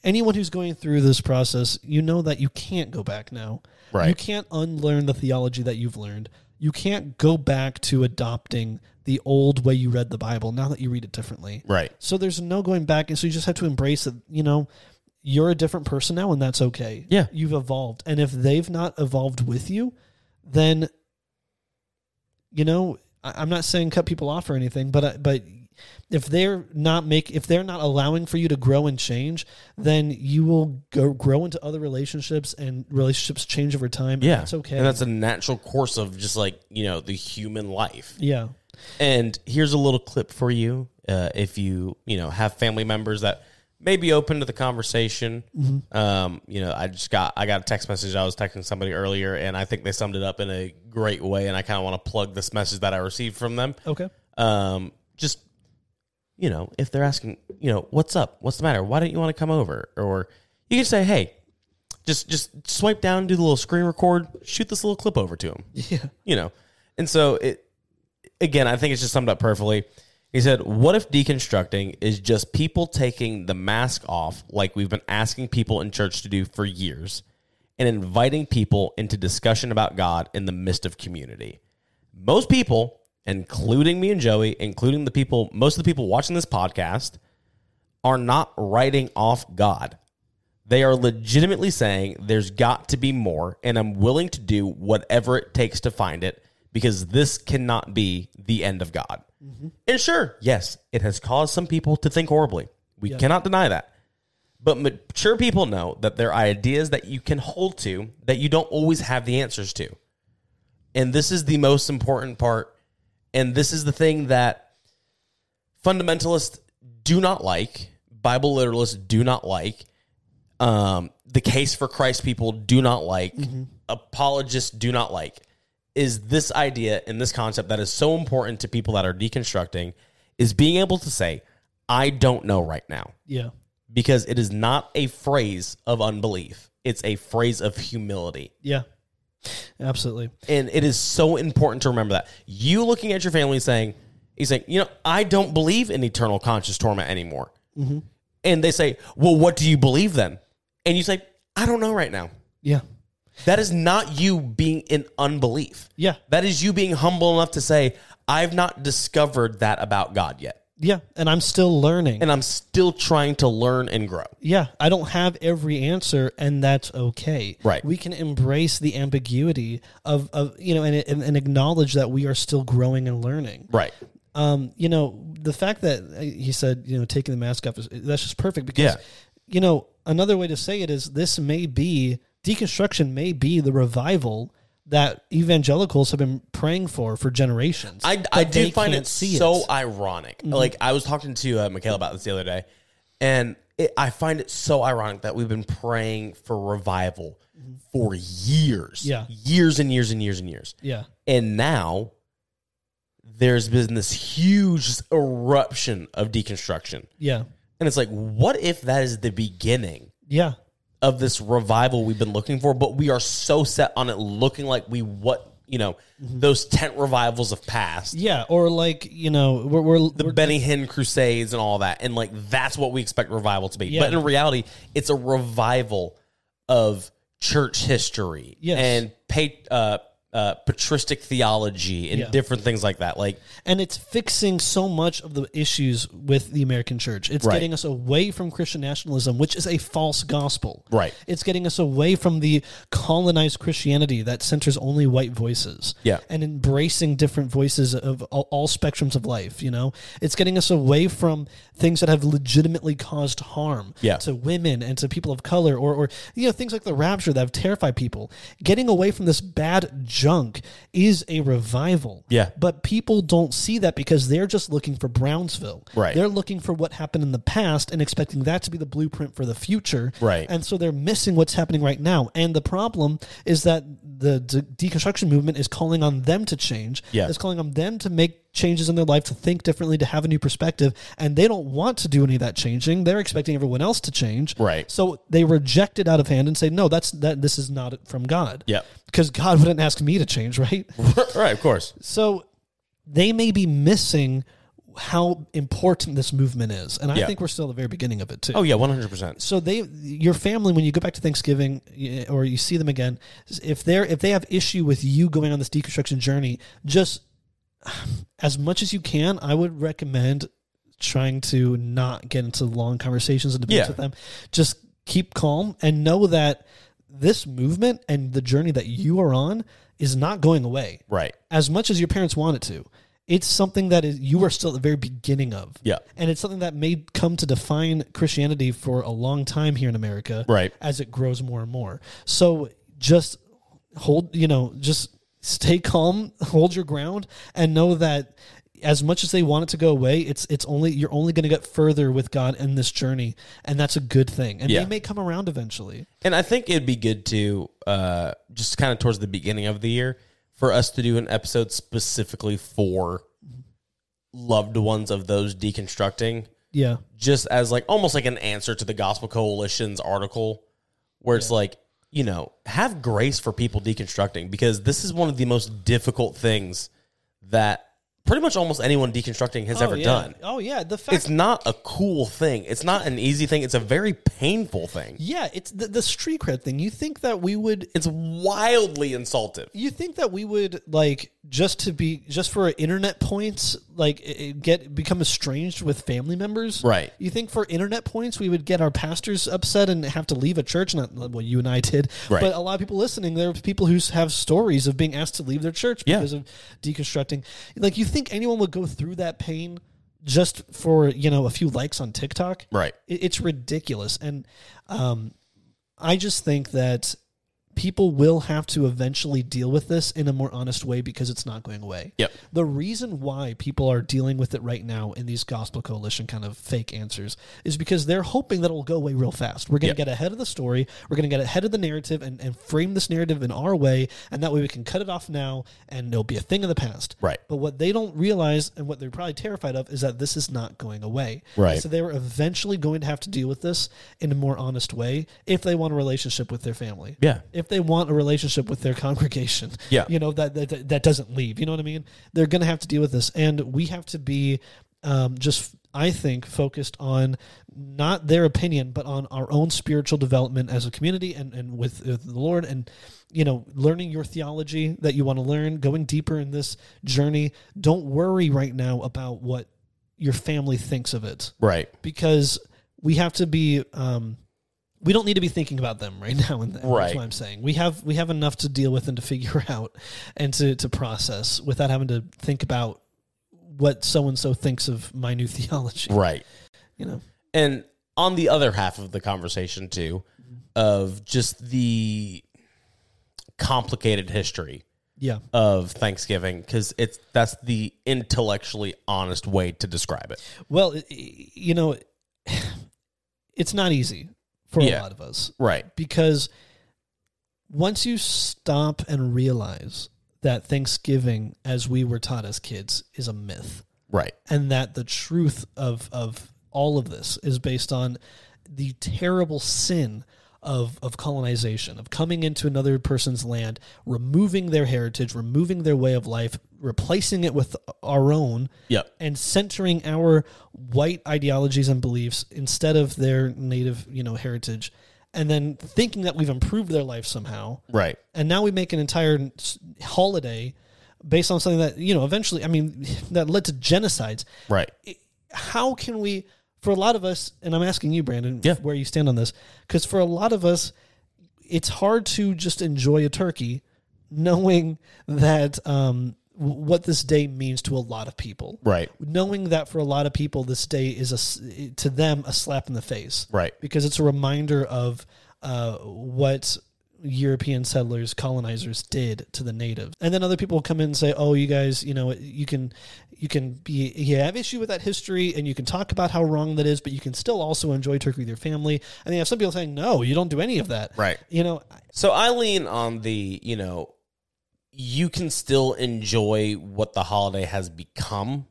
[SPEAKER 2] anyone who's going through this process, you know that you can't go back now.
[SPEAKER 1] Right.
[SPEAKER 2] You can't unlearn the theology that you've learned. You can't go back to adopting the old way you read the Bible now that you read it differently.
[SPEAKER 1] Right.
[SPEAKER 2] So there's no going back. And so you just have to embrace that, you know, you're a different person now and that's okay.
[SPEAKER 1] Yeah.
[SPEAKER 2] You've evolved. And if they've not evolved with you, then, you know, I, I'm not saying cut people off or anything, but, I- but if they're not make if they're not allowing for you to grow and change, then you will go grow into other relationships and relationships change over time. and
[SPEAKER 1] Yeah.
[SPEAKER 2] That's okay.
[SPEAKER 1] And that's a natural course of just like, you know, the human life.
[SPEAKER 2] yeah.
[SPEAKER 1] And here's a little clip for you. Uh, if you you know have family members that may be open to the conversation, um, you know, I just got I got a text message. I was texting somebody earlier, and I think they summed it up in a great way. And I kind of want to plug this message that I received from them.
[SPEAKER 2] Okay.
[SPEAKER 1] Um, just you know, if they're asking, you know, what's up? What's the matter? Why don't you want to come over? Or you can say, hey, just just swipe down, do the little screen record, shoot this little clip over to them
[SPEAKER 2] Yeah.
[SPEAKER 1] you know. And so it again, I think it's just summed up perfectly. He said, "What if deconstructing is just people taking the mask off like we've been asking people in church to do for years and inviting people into discussion about God in the midst of community?" Most people, including me and Joey, including the people, most of the people watching this podcast are not writing off God. They are legitimately saying there's got to be more, and I'm willing to do whatever it takes to find it because this cannot be the end of God. And sure, yes, it has caused some people to think horribly. We cannot deny that. But mature people know that there are ideas that you can hold to that you don't always have the answers to. And this is the most important part. And this is the thing that fundamentalists do not like, Bible literalists do not like, um, the case for Christ people do not like, apologists do not like, is this idea and this concept that is so important to people that are deconstructing is being able to say, I don't know right now
[SPEAKER 2] Yeah.
[SPEAKER 1] because it is not a phrase of unbelief. It's a phrase of humility.
[SPEAKER 2] Yeah. Absolutely.
[SPEAKER 1] And it is so important to remember that. You looking at your family and saying, he's saying, you know, I don't believe in eternal conscious torment anymore. And they say, well, what do you believe then? And you say, I don't know right now.
[SPEAKER 2] Yeah.
[SPEAKER 1] That is not you being in unbelief.
[SPEAKER 2] Yeah.
[SPEAKER 1] That is you being humble enough to say, I've not discovered that about God yet.
[SPEAKER 2] Yeah. And I'm still learning.
[SPEAKER 1] And I'm still trying to learn and grow.
[SPEAKER 2] yeah, I don't have every answer, and that's okay.
[SPEAKER 1] Right.
[SPEAKER 2] We can embrace the ambiguity of, of you know, and, and, and acknowledge that we are still growing and learning.
[SPEAKER 1] Right.
[SPEAKER 2] Um, you know, the fact that uh, he said, you know, taking the mask off is that's just perfect because,
[SPEAKER 1] Yeah.
[SPEAKER 2] you know, another way to say it is this may be deconstruction may be the revival that evangelicals have been praying for for generations.
[SPEAKER 1] I,
[SPEAKER 2] but
[SPEAKER 1] I do
[SPEAKER 2] they
[SPEAKER 1] find
[SPEAKER 2] can't Mm-hmm.
[SPEAKER 1] it so ironic. Like I was talking to uh, Michaela about this the other day, and it, I find it so ironic that we've been praying for revival for years,
[SPEAKER 2] Mm-hmm. Yeah.
[SPEAKER 1] years and years and years and years,
[SPEAKER 2] yeah,
[SPEAKER 1] and now there's been this huge eruption of deconstruction,
[SPEAKER 2] yeah,
[SPEAKER 1] and it's like, what if that is the beginning?
[SPEAKER 2] yeah,
[SPEAKER 1] Of this revival we've been looking for, but we are so set on it looking like we what you know
[SPEAKER 2] Mm-hmm.
[SPEAKER 1] those tent revivals of past
[SPEAKER 2] yeah. Or like you know, we're we're,
[SPEAKER 1] the
[SPEAKER 2] we're
[SPEAKER 1] Benny Hinn Crusades and all that, and like that's what we expect revival to be.
[SPEAKER 2] Yeah.
[SPEAKER 1] But in reality, it's a revival of church history
[SPEAKER 2] Yes.
[SPEAKER 1] and pa- uh, uh, patristic theology and
[SPEAKER 2] Yeah.
[SPEAKER 1] different things like that. Like,
[SPEAKER 2] and it's fixing so much of the issues with the American church. It's
[SPEAKER 1] Right.
[SPEAKER 2] getting us away from Christian nationalism, which is a false gospel.
[SPEAKER 1] Right.
[SPEAKER 2] It's getting us away from the colonized Christianity that centers only white voices.
[SPEAKER 1] Yeah.
[SPEAKER 2] And embracing different voices of all, all spectrums of life, you know? It's getting us away from things that have legitimately caused harm
[SPEAKER 1] Yeah.
[SPEAKER 2] to women and to people of color or, or you know, things like the rapture that have terrified people. Getting away from this bad junk is a revival.
[SPEAKER 1] Yeah.
[SPEAKER 2] But people don't see that because they're just looking for Brownsville.
[SPEAKER 1] Right.
[SPEAKER 2] They're looking for what happened in the past and expecting that to be the blueprint for the future.
[SPEAKER 1] Right.
[SPEAKER 2] And so they're missing what's happening right now. And the problem is that the de- deconstruction movement is calling on them to change.
[SPEAKER 1] Yeah.
[SPEAKER 2] It's calling on them to make changes in their life, to think differently, to have a new perspective. And they don't want to do any of that changing. They're expecting everyone else to change.
[SPEAKER 1] Right.
[SPEAKER 2] So they reject it out of hand and say, no, that's that this is not from God.
[SPEAKER 1] Yep.
[SPEAKER 2] Because God wouldn't ask me to change, right?
[SPEAKER 1] right, of course.
[SPEAKER 2] So they may be missing how important this movement is. And I
[SPEAKER 1] Yeah.
[SPEAKER 2] think we're still at the very beginning of it too
[SPEAKER 1] Oh yeah, one hundred percent.
[SPEAKER 2] so they your family when you go back to thanksgiving eh, or you see them again if they're if they have issue with you going on this deconstruction journey just as much as you can i would recommend trying to not get into long conversations and debates
[SPEAKER 1] Yeah.
[SPEAKER 2] with them just keep calm and know that this movement and the journey that you are on is not going away
[SPEAKER 1] Right.
[SPEAKER 2] as much as your parents want it to. It's something that is you are still at the very beginning of.
[SPEAKER 1] Yeah.
[SPEAKER 2] And it's something that may come to define Christianity for a long time here in America.
[SPEAKER 1] Right.
[SPEAKER 2] As it grows more and more. So just hold, you know, just stay calm, hold your ground, and know that as much as they want it to go away, it's it's only you're only gonna get further with God in this journey. And that's a good thing. And
[SPEAKER 1] Yeah.
[SPEAKER 2] they may come around eventually.
[SPEAKER 1] And I think it'd be good to uh, just kind of towards the beginning of the year for us to do an episode specifically for loved ones of those deconstructing,
[SPEAKER 2] Yeah.
[SPEAKER 1] just as like almost like an answer to the Gospel Coalition's article, where it's like you know have grace for people deconstructing because this is one of the most difficult things that pretty much almost anyone deconstructing has ever
[SPEAKER 2] oh, yeah.
[SPEAKER 1] done.
[SPEAKER 2] Oh yeah. The fact
[SPEAKER 1] It's not a cool thing. It's not an easy thing. It's a very painful thing.
[SPEAKER 2] Yeah, it's the, the street cred thing. You think that we would
[SPEAKER 1] It's wildly insultive.
[SPEAKER 2] you think that we would like just to be just for internet points like i- i- get become estranged with family members
[SPEAKER 1] Right.
[SPEAKER 2] you think for internet points we would get our pastors upset and have to leave a church not well you and i did
[SPEAKER 1] Right.
[SPEAKER 2] but a lot of people listening there are people who have stories of being asked to leave their church
[SPEAKER 1] Yeah.
[SPEAKER 2] because of deconstructing like you think anyone would go through that pain just for you know a few likes on tiktok
[SPEAKER 1] Right.
[SPEAKER 2] It- it's ridiculous and um, i just think that people will have to eventually deal with this in a more honest way because it's not going away
[SPEAKER 1] Yep.
[SPEAKER 2] the reason why people are dealing with it right now in these gospel coalition kind of fake answers is because they're hoping that it'll go away real fast we're going
[SPEAKER 1] Yep.
[SPEAKER 2] to get ahead of the story we're going to get ahead of the narrative and, and frame this narrative in our way and that way we can cut it off now and it'll be a thing of the past
[SPEAKER 1] Right.
[SPEAKER 2] but what they don't realize and what they're probably terrified of is that this is not going away
[SPEAKER 1] Right.
[SPEAKER 2] so they were eventually going to have to deal with this in a more honest way if they want a relationship with their family
[SPEAKER 1] Yeah.
[SPEAKER 2] if they want a relationship with their congregation
[SPEAKER 1] Yeah.
[SPEAKER 2] you know that that, that doesn't leave you know what i mean they're gonna have to deal with this and we have to be um, just i think focused on not their opinion but on our own spiritual development as a community and, and with, with the lord and you know learning your theology that you want to learn going deeper in this journey don't worry right now about what your family thinks of it
[SPEAKER 1] Right.
[SPEAKER 2] because we have to be um we don't need to be thinking about them right now and
[SPEAKER 1] Right.
[SPEAKER 2] that's what i'm saying we have we have enough to deal with and to figure out and to to process without having to think about what so and so thinks of my new theology
[SPEAKER 1] Right.
[SPEAKER 2] you know
[SPEAKER 1] And on the other half of the conversation too, of just the complicated history
[SPEAKER 2] yeah
[SPEAKER 1] of Thanksgiving because it's that's the intellectually honest way to describe it.
[SPEAKER 2] well i- i- you know it's not easy for
[SPEAKER 1] Yeah.
[SPEAKER 2] a lot of us
[SPEAKER 1] Right.
[SPEAKER 2] because once you stop and realize that thanksgiving as we were taught as kids is a myth
[SPEAKER 1] Right.
[SPEAKER 2] and that the truth of of all of this is based on the terrible sin of of colonization, of coming into another person's land, removing their heritage, removing their way of life, replacing it with our own,
[SPEAKER 1] Yep.
[SPEAKER 2] and centering our white ideologies and beliefs instead of their native, you know, heritage, and then thinking that we've improved their life somehow
[SPEAKER 1] Right.
[SPEAKER 2] and now we make an entire s- holiday based on something that you know eventually i mean that led to genocides
[SPEAKER 1] Right.
[SPEAKER 2] how can we for a lot of us and i'm asking you brandon
[SPEAKER 1] Yeah.
[SPEAKER 2] where you stand on this because for a lot of us it's hard to just enjoy a turkey knowing that um, w- what this day means to a lot of people
[SPEAKER 1] Right.
[SPEAKER 2] knowing that for a lot of people this day is a s- to them a slap in the face
[SPEAKER 1] Right.
[SPEAKER 2] because it's a reminder of uh, what European settlers, colonizers did to the natives. And then other people will come in and say, "Oh, you guys, you know, you can, you can be, you have issue with that history, and you can talk about how wrong that is, but you can still also enjoy turkey with your family." And you have some people saying, "No, you don't do any of that."
[SPEAKER 1] Right.
[SPEAKER 2] You know,
[SPEAKER 1] So I lean on the, you know, you can still enjoy what the holiday has become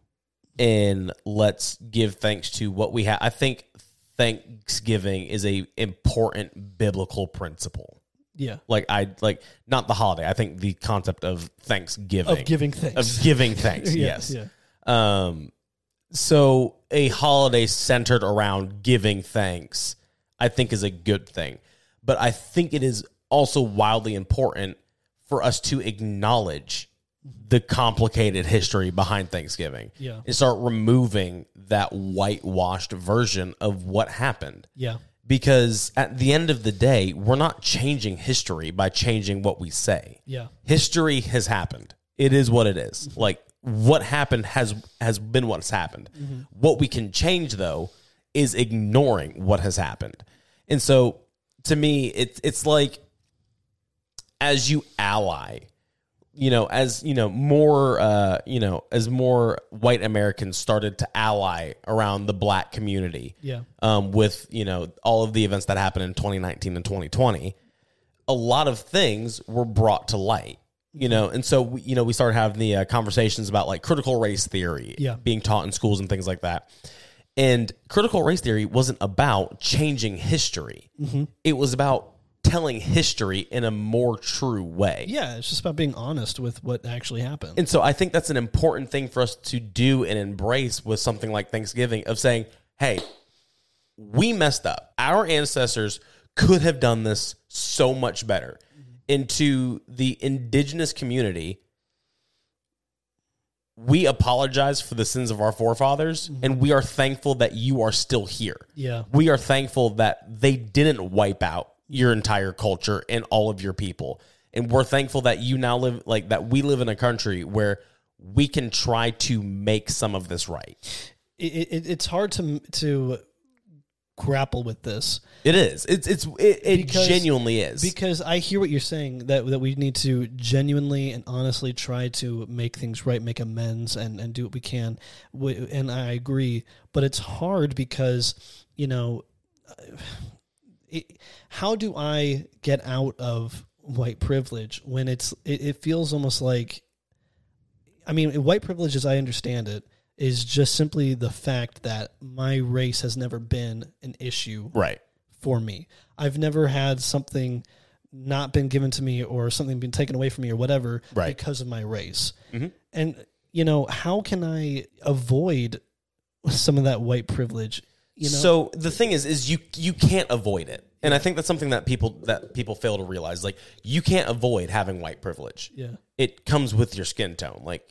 [SPEAKER 1] and let's give thanks to what we have. I think Thanksgiving is a important biblical principle.
[SPEAKER 2] yeah,
[SPEAKER 1] Like I like not the holiday. I think the concept of Thanksgiving
[SPEAKER 2] of giving thanks.
[SPEAKER 1] of giving thanks.
[SPEAKER 2] Yeah,
[SPEAKER 1] yes.
[SPEAKER 2] Yeah.
[SPEAKER 1] Um, so a holiday centered around giving thanks, I think, is a good thing. But I think it is also wildly important for us to acknowledge the complicated history behind Thanksgiving
[SPEAKER 2] Yeah.
[SPEAKER 1] and start removing that whitewashed version of what happened.
[SPEAKER 2] Yeah.
[SPEAKER 1] Because at the end of the day, we're not changing history by changing what we say
[SPEAKER 2] Yeah.
[SPEAKER 1] history has happened. It is what it is. Like what happened has has been what's happened. What we can change though is ignoring what has happened. And so to me it's it's like as you ally you know as you know more uh you know as more white americans started to ally around the black community
[SPEAKER 2] Yeah.
[SPEAKER 1] um, with you know all of the events that happened in 2019 and 2020 a lot of things were brought to light you know and so we, you know we started having the uh, conversations about like critical race theory
[SPEAKER 2] Yeah.
[SPEAKER 1] being taught in schools and things like that and critical race theory wasn't about changing history it was about telling history in a more true way
[SPEAKER 2] Yeah. It's just about being honest with what actually happened.
[SPEAKER 1] and so I think that's an important thing for us to do and embrace with something like Thanksgiving of saying, hey, we messed up. Our ancestors could have done this so much better. And to the indigenous community, we apologize for the sins of our forefathers and we are thankful that you are still here
[SPEAKER 2] Mm-hmm. yeah.
[SPEAKER 1] we are thankful that they didn't wipe out your entire culture and all of your people. And we're thankful that you now live like that we live in a country where we can try to make some of this right.
[SPEAKER 2] It, it, it's hard to to grapple with this
[SPEAKER 1] It is. It's it's it, it
[SPEAKER 2] Because-
[SPEAKER 1] genuinely is.
[SPEAKER 2] because I hear what you're saying that that we need to genuinely and honestly try to make things right, make amends, and and do what we can. W- And I agree, but it's hard because you know, it, how do I get out of white privilege when it's it, it feels almost like I mean, white privilege, as I understand it, is just simply the fact that my race has never been an issue
[SPEAKER 1] right.
[SPEAKER 2] for me. I've never had something not been given to me or something been taken away from me or whatever
[SPEAKER 1] Right. Mm-hmm.
[SPEAKER 2] because of my race. And you know, how can I avoid some of that white privilege? You know,
[SPEAKER 1] so the thing is is you you can't avoid it. And I think that's something that people that people fail to realize like you can't avoid having white privilege.
[SPEAKER 2] yeah,
[SPEAKER 1] it comes with your skin tone like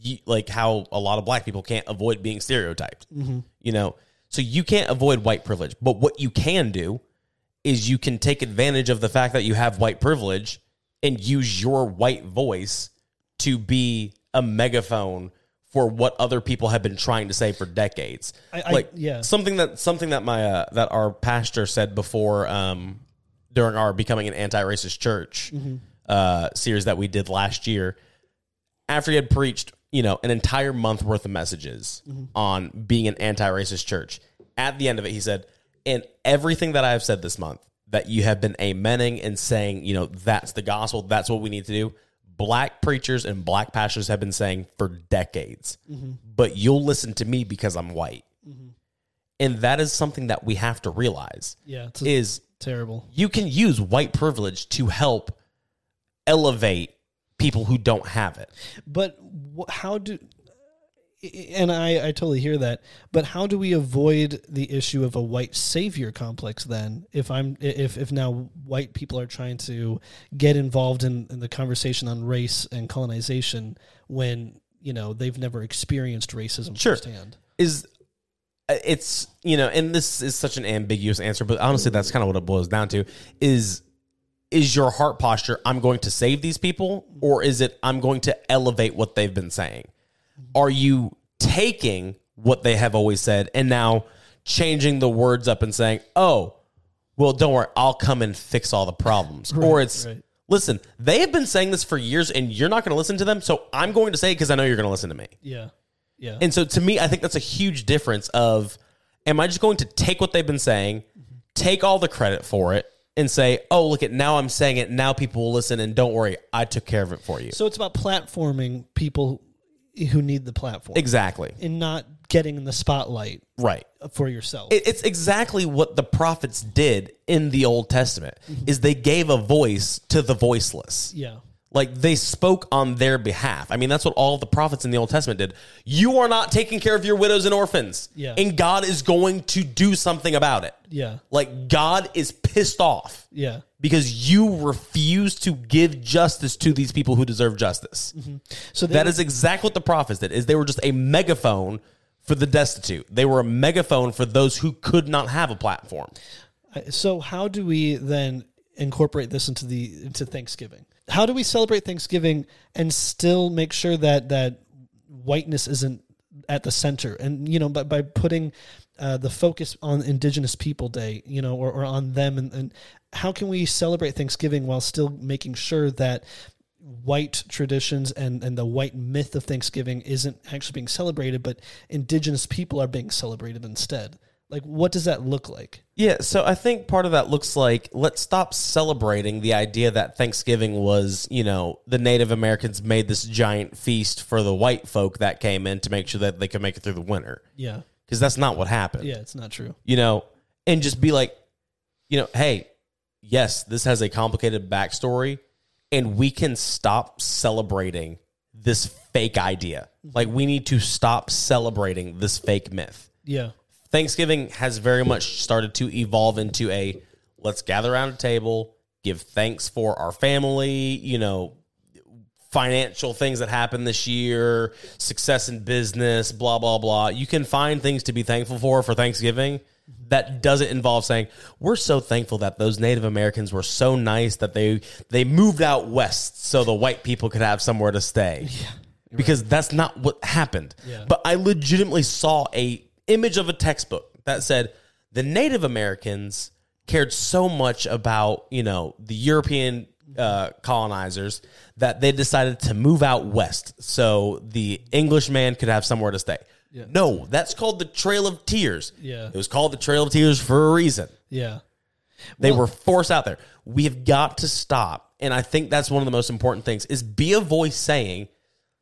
[SPEAKER 1] you, like how a lot of black people can't avoid being stereotyped you know so you can't avoid white privilege but what you can do is you can take advantage of the fact that you have white privilege and use your white voice to be a megaphone for what other people have been trying to say for decades
[SPEAKER 2] I- I- yeah.
[SPEAKER 1] something that something that my uh, that our pastor said before um, during our becoming an anti-racist church
[SPEAKER 2] Mm-hmm.
[SPEAKER 1] uh, series that we did last year after he had preached you know an entire month worth of messages on being an anti-racist church at the end of it he said and everything that i have said this month that you have been amening and saying you know that's the gospel that's what we need to do black preachers and black pastors have been saying for decades but you'll listen to me because i'm white and that is something that we have to realize
[SPEAKER 2] yeah, it's
[SPEAKER 1] is
[SPEAKER 2] terrible.
[SPEAKER 1] you can use white privilege to help elevate people who don't have it
[SPEAKER 2] But wh- how do? And I, I totally hear that. But how do we avoid the issue of a white savior complex then? If I'm if if now white people are trying to get involved in, in the conversation on race and colonization when you know they've never experienced racism
[SPEAKER 1] Sure.
[SPEAKER 2] firsthand.
[SPEAKER 1] is uh, it's you know and this is such an ambiguous answer but honestly that's kind of what it boils down to is is your heart posture i'm going to save these people or is it i'm going to elevate what they've been saying are you taking what they have always said and now changing the words up and saying oh well, don't worry, I'll come and fix all the problems. or it's,
[SPEAKER 2] right.
[SPEAKER 1] listen, they have been saying this for years and you're not going to listen to them. So I'm going to say it because I know you're going to listen to me.
[SPEAKER 2] Yeah. Yeah.
[SPEAKER 1] And so to me, I think that's a huge difference of am I just going to take what they've been saying, take all the credit for it, and say, oh, look at now I'm saying it. Now people will listen. And don't worry, I took care of it for you.
[SPEAKER 2] so it's about platforming people who need the platform
[SPEAKER 1] exactly.
[SPEAKER 2] and not getting in the spotlight
[SPEAKER 1] Right.
[SPEAKER 2] for yourself.
[SPEAKER 1] It- It's exactly what the prophets did in the Old Testament is they gave a voice to the voiceless.
[SPEAKER 2] yeah.
[SPEAKER 1] Like they spoke on their behalf. I mean, that's what all the prophets in the Old Testament did. You are not taking care of your widows and orphans.
[SPEAKER 2] Yeah.
[SPEAKER 1] And God is going to do something about it.
[SPEAKER 2] Yeah.
[SPEAKER 1] Like God is pissed off
[SPEAKER 2] Yeah.
[SPEAKER 1] because you refuse to give justice to these people who deserve justice.
[SPEAKER 2] So they
[SPEAKER 1] That
[SPEAKER 2] were-
[SPEAKER 1] is exactly what the prophets did. Is they were just a megaphone for the destitute. They were a megaphone for those who could not have a platform.
[SPEAKER 2] Uh, so how do we then incorporate this into the into Thanksgiving? How do we celebrate Thanksgiving and still make sure that that whiteness isn't at the center? And you know, by by putting uh, the focus on Indigenous People Day, you know, or, or on them, and, and how can we celebrate Thanksgiving while still making sure that white traditions and, and the white myth of Thanksgiving isn't actually being celebrated, but indigenous people are being celebrated instead. Like, what does that look like?
[SPEAKER 1] Yeah, so I think part of that looks like let's stop celebrating the idea that Thanksgiving was, you know, the Native Americans made this giant feast for the white folk that came in to make sure that they could make it through the winter.
[SPEAKER 2] Yeah.
[SPEAKER 1] Because that's not what happened.
[SPEAKER 2] Yeah, it's not true.
[SPEAKER 1] you know, and just be like, you know, hey, yes, this has a complicated backstory, and we can stop celebrating this fake idea. Like, we need to stop celebrating this fake myth.
[SPEAKER 2] Yeah.
[SPEAKER 1] Thanksgiving has very much started to evolve into a let's gather around a table, give thanks for our family, you know, financial things that happened this year, success in business, blah, blah, blah. You can find things to be thankful for for Thanksgiving that doesn't involve saying we're so thankful that those native americans were so nice that they they moved out west so the white people could have somewhere to stay because that's not what happened
[SPEAKER 2] Yeah.
[SPEAKER 1] but i legitimately saw a image of a textbook that said the native americans cared so much about you know the european uh, colonizers that they decided to move out west so the englishman could have somewhere to stay no that's called the trail of tears
[SPEAKER 2] Yeah.
[SPEAKER 1] it was called the trail of tears for a reason
[SPEAKER 2] Yeah.
[SPEAKER 1] they were forced out there. We have got to stop. And I think that's one of the most important things is be a voice saying,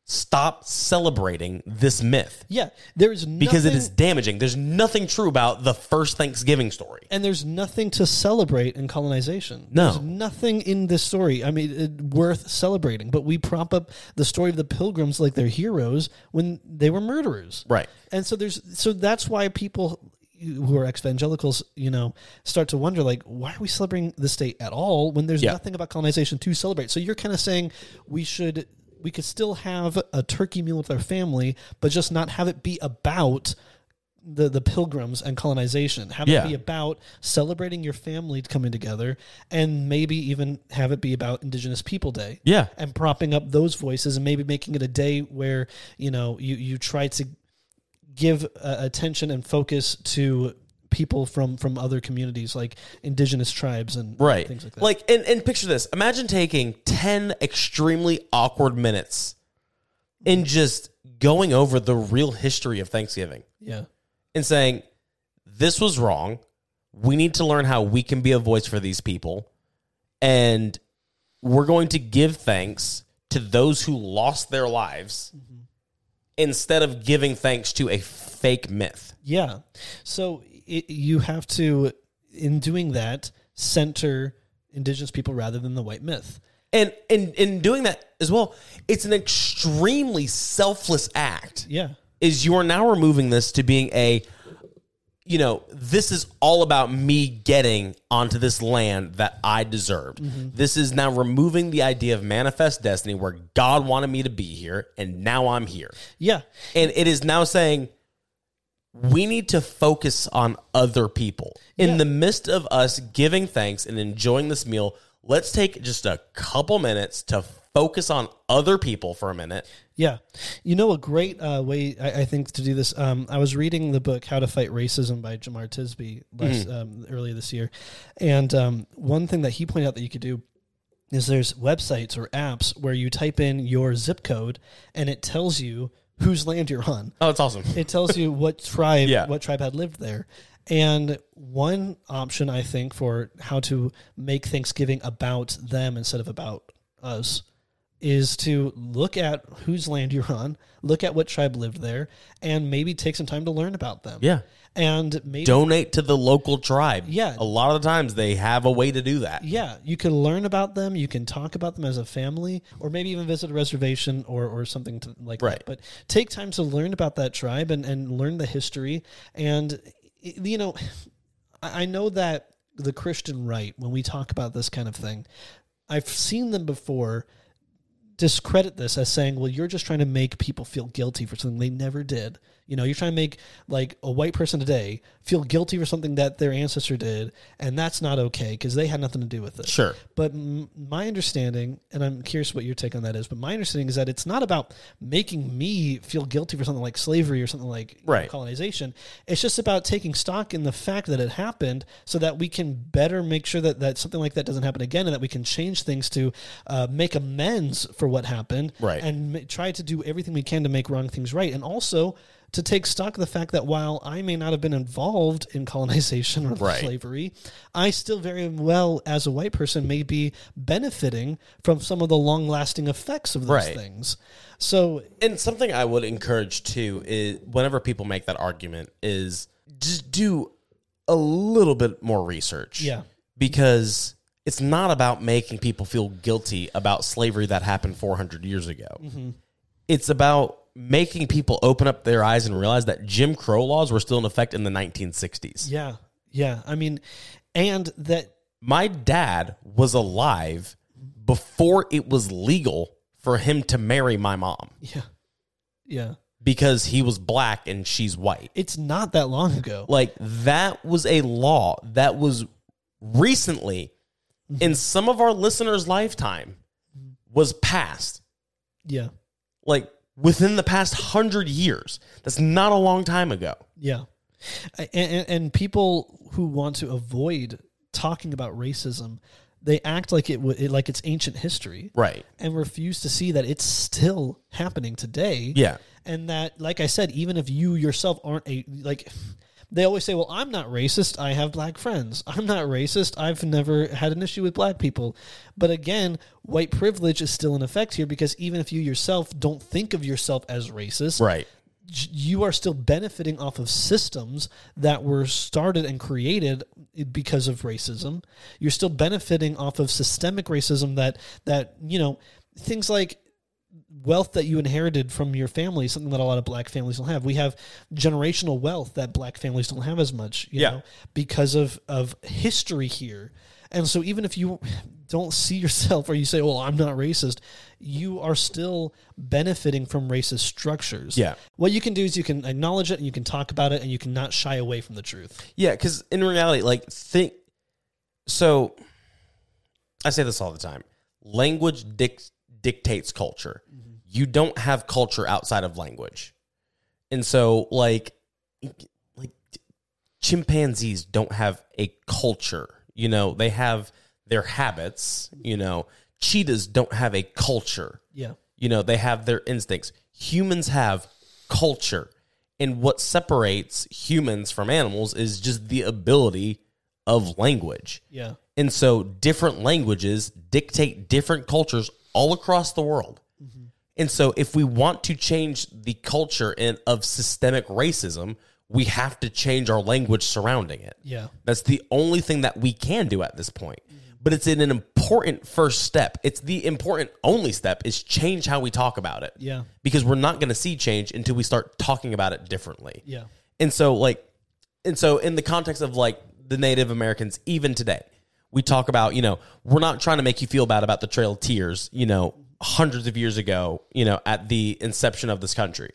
[SPEAKER 1] stop celebrating this myth
[SPEAKER 2] Yeah. There is nothing,
[SPEAKER 1] because it is damaging. There's nothing true about the first Thanksgiving story.
[SPEAKER 2] and there's nothing to celebrate in colonization.
[SPEAKER 1] No.
[SPEAKER 2] There's nothing in this story. I mean, it, worth celebrating. But we prop up the story of the pilgrims like they're heroes when they were murderers.
[SPEAKER 1] Right.
[SPEAKER 2] And so there's so that's why people who are evangelicals, you know, start to wonder like, why are we celebrating this day at all when there's
[SPEAKER 1] Yeah.
[SPEAKER 2] nothing about colonization to celebrate? So you're kind of saying we should we could still have a turkey meal with our family, but just not have it be about the, the pilgrims and colonization. Have
[SPEAKER 1] Yeah.
[SPEAKER 2] it be about celebrating your family coming together and maybe even have it be about Indigenous People Day
[SPEAKER 1] Yeah.
[SPEAKER 2] and propping up those voices and maybe making it a day where you know you you try to give uh, attention and focus to people from from other communities like indigenous tribes and
[SPEAKER 1] Right.
[SPEAKER 2] things like that
[SPEAKER 1] and, and picture this. Imagine taking 10 extremely awkward minutes and just going over the real history of Thanksgiving.
[SPEAKER 2] yeah
[SPEAKER 1] and saying, this was wrong. We need to learn how we can be a voice for these people. And we're going to give thanks to those who lost their lives
[SPEAKER 2] Mm-hmm.
[SPEAKER 1] instead of giving thanks to a fake myth.
[SPEAKER 2] yeah so it, you have to in doing that center indigenous people rather than the white myth
[SPEAKER 1] And in, in doing that as well, it's an extremely selfless act.
[SPEAKER 2] yeah
[SPEAKER 1] Is you are now removing this to being a, you know, this is all about me getting onto this land that I deserved. This is now removing the idea of manifest destiny where God wanted me to be here and now I'm here.
[SPEAKER 2] yeah
[SPEAKER 1] And it is now saying we need to focus on other people. In
[SPEAKER 2] Yeah.
[SPEAKER 1] the midst of us giving thanks and enjoying this meal, let's take just a couple minutes to focus on other people for a minute
[SPEAKER 2] Yeah. You know, a great uh, way I, I think to do this. Um, I was reading the book How to Fight Racism by Jamar Tisby last, um, earlier this year. And um, one thing that he pointed out that you could do is there's websites or apps where you type in your zip code and it tells you whose land you're on.
[SPEAKER 1] Oh, it's awesome.
[SPEAKER 2] It tells you what tribe
[SPEAKER 1] Yeah.
[SPEAKER 2] what tribe had lived there. And one option I think for how to make Thanksgiving about them instead of about us is to look at whose land you're on, look at what tribe lived there, and maybe take some time to learn about them.
[SPEAKER 1] Yeah.
[SPEAKER 2] And maybe
[SPEAKER 1] Donate to the local tribe.
[SPEAKER 2] Yeah.
[SPEAKER 1] A lot of the times they have a way to do that.
[SPEAKER 2] yeah, you can learn about them. You can talk about them as a family, or maybe even visit a reservation or, or something to, like
[SPEAKER 1] Right.
[SPEAKER 2] that. But take time to learn about that tribe and, and learn the history. And, y- you know, I I know that the Christian right, when we talk about this kind of thing, I've seen them before discredit this as saying, well, you're just trying to make people feel guilty for something they never did. You know, you're trying to make like a white person today feel guilty for something that their ancestor did, and that's not okay because they had nothing to do with it.
[SPEAKER 1] Sure.
[SPEAKER 2] But m- my understanding, and I'm curious what your take on that is, but my understanding is that it's not about making me feel guilty for something like slavery or something like you know,
[SPEAKER 1] Right.
[SPEAKER 2] colonization. It's just about taking stock in the fact that it happened so that we can better make sure that, that something like that doesn't happen again and that we can change things to uh, make amends for what happened
[SPEAKER 1] Right.
[SPEAKER 2] and ma- try to do everything we can to make wrong things right. And also, to take stock of the fact that while I may not have been involved in colonization or
[SPEAKER 1] Right.
[SPEAKER 2] slavery, slavery, I still very well, as a white person, may be benefiting from some of the long lasting effects of those
[SPEAKER 1] Right.
[SPEAKER 2] things. So,
[SPEAKER 1] And something I would encourage too is whenever people make that argument is just do a little bit more research.
[SPEAKER 2] Yeah.
[SPEAKER 1] Because it's not about making people feel guilty about slavery that happened 400 years ago.
[SPEAKER 2] Mm-hmm.
[SPEAKER 1] It's about making people open up their eyes and realize that Jim Crow laws were still in effect in the 1960s.
[SPEAKER 2] yeah, yeah. I mean, and that,
[SPEAKER 1] my dad was alive before it was legal for him to marry my mom
[SPEAKER 2] yeah, yeah.
[SPEAKER 1] because he was black and she's white.
[SPEAKER 2] It's not that long ago.
[SPEAKER 1] Like that was a law that was recently in some of our listeners' lifetime was passed.
[SPEAKER 2] Yeah,
[SPEAKER 1] Like within the past 100 years. That's not a long time ago.
[SPEAKER 2] yeah. And, and, and people who want to avoid talking about racism, they act like it, wa- it like it's ancient history.
[SPEAKER 1] Right.
[SPEAKER 2] and refuse to see that it's still happening today.
[SPEAKER 1] Yeah.
[SPEAKER 2] And that, like I said, even if you yourself aren't a, like, they always say, well, I'm not racist. I have black friends. I'm not racist. I've never had an issue with black people. But again, white privilege is still in effect here because even if you yourself don't think of yourself as racist,
[SPEAKER 1] Right.
[SPEAKER 2] j- you are still benefiting off of systems that were started and created because of racism. You're still benefiting off of systemic racism that that you know things like wealth that you inherited from your family is something that a lot of black families don't have we have generational wealth that black families don't have as much you
[SPEAKER 1] Yeah.
[SPEAKER 2] know because of of history here and so even if you don't see yourself or you say well i'm not racist you are still benefiting from racist structures
[SPEAKER 1] Yeah.
[SPEAKER 2] what you can do is you can acknowledge it and you can talk about it and you can not shy away from the truth
[SPEAKER 1] Yeah, because in reality, like think. So, I say this all the time: language dic- dictates culture. You don't have culture outside of language, and so like, like chimpanzees don't have a culture. You know, they have their habits. You know, cheetahs don't have a culture.
[SPEAKER 2] yeah
[SPEAKER 1] You know, they have their instincts. Humans have culture. And what separates humans from animals is just the ability of language.
[SPEAKER 2] yeah
[SPEAKER 1] And so different languages dictate different cultures all across the world. And so if we want to change the culture in, of systemic racism, we have to change our language surrounding it.
[SPEAKER 2] yeah
[SPEAKER 1] That's the only thing that we can do at this point. But it's an an important first step. It's the important only step is change how we talk about it.
[SPEAKER 2] yeah
[SPEAKER 1] Because we're not going to see change until we start talking about it differently.
[SPEAKER 2] yeah
[SPEAKER 1] And so like and so in the context of like the Native Americans even today, we talk about, you know, we're not trying to make you feel bad about the Trail of Tears, you know, hundreds of years ago, you know, at the inception of this country.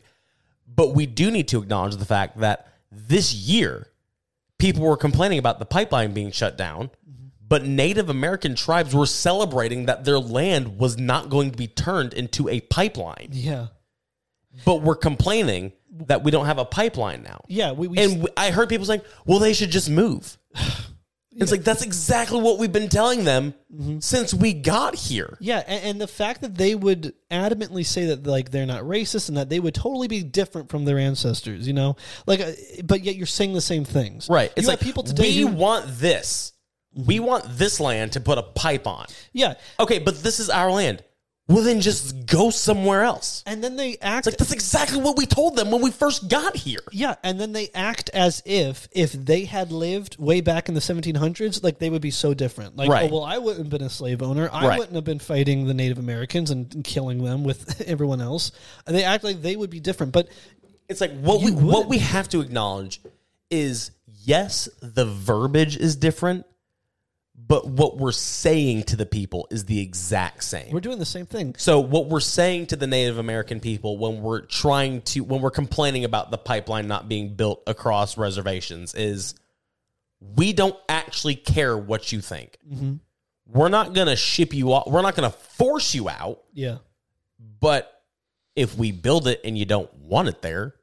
[SPEAKER 1] But we do need to acknowledge the fact that this year people were complaining about the pipeline being shut down, but Native American tribes were celebrating that their land was not going to be turned into a pipeline.
[SPEAKER 2] yeah
[SPEAKER 1] but we're complaining that we don't have a pipeline now.
[SPEAKER 2] Yeah, we, we
[SPEAKER 1] And w- I heard people saying, well, they should just move. It's like, that's exactly what we've been telling them since we got here.
[SPEAKER 2] Yeah, and, and the fact that they would adamantly say that like they're not racist and that they would totally be different from their ancestors, you know, like, uh, but yet you're saying the same things,
[SPEAKER 1] Right.
[SPEAKER 2] It's
[SPEAKER 1] It's
[SPEAKER 2] you
[SPEAKER 1] like,
[SPEAKER 2] have people today,
[SPEAKER 1] we
[SPEAKER 2] who-
[SPEAKER 1] want this. We want this land to put a pipe on.
[SPEAKER 2] yeah,
[SPEAKER 1] Okay, but this is our land. Well, then just go somewhere else.
[SPEAKER 2] and then they act,
[SPEAKER 1] Like, that's exactly what we told them when we first got here.
[SPEAKER 2] yeah, and then they act as if if they had lived way back in the 1700s, like they would be so different. Like,
[SPEAKER 1] Right.
[SPEAKER 2] oh well, I wouldn't have been a slave owner. I
[SPEAKER 1] Right.
[SPEAKER 2] wouldn't have been fighting the Native Americans and, and killing them with everyone else. And they act like they would be different, but
[SPEAKER 1] It's like what we
[SPEAKER 2] You would.
[SPEAKER 1] what we have to acknowledge is yes, the verbiage is different, but what we're saying to the people is the exact same.
[SPEAKER 2] we're doing the same thing.
[SPEAKER 1] So what we're saying to the Native American people when we're trying to when we're complaining about the pipeline not being built across reservations is we don't actually care what you think.
[SPEAKER 2] Mm-hmm.
[SPEAKER 1] We're not going to ship you off. We're not going to force you out,
[SPEAKER 2] Yeah.
[SPEAKER 1] but if we build it and you don't want it there,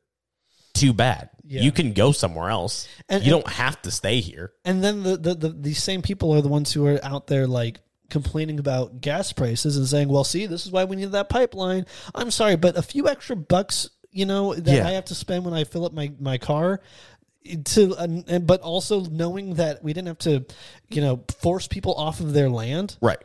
[SPEAKER 1] too bad.
[SPEAKER 2] Yeah.
[SPEAKER 1] You can go somewhere else.
[SPEAKER 2] And-
[SPEAKER 1] you
[SPEAKER 2] and-
[SPEAKER 1] don't have to stay here.
[SPEAKER 2] And then the, the, the these same people are the ones who are out there like complaining about gas prices and saying, "Well, see, this is why we need that pipeline." I'm sorry, but a few extra bucks, you know, that
[SPEAKER 1] Yeah.
[SPEAKER 2] I have to spend when I fill up my my car to and, and but also knowing that we didn't have to, you know, force people off of their land.
[SPEAKER 1] Right.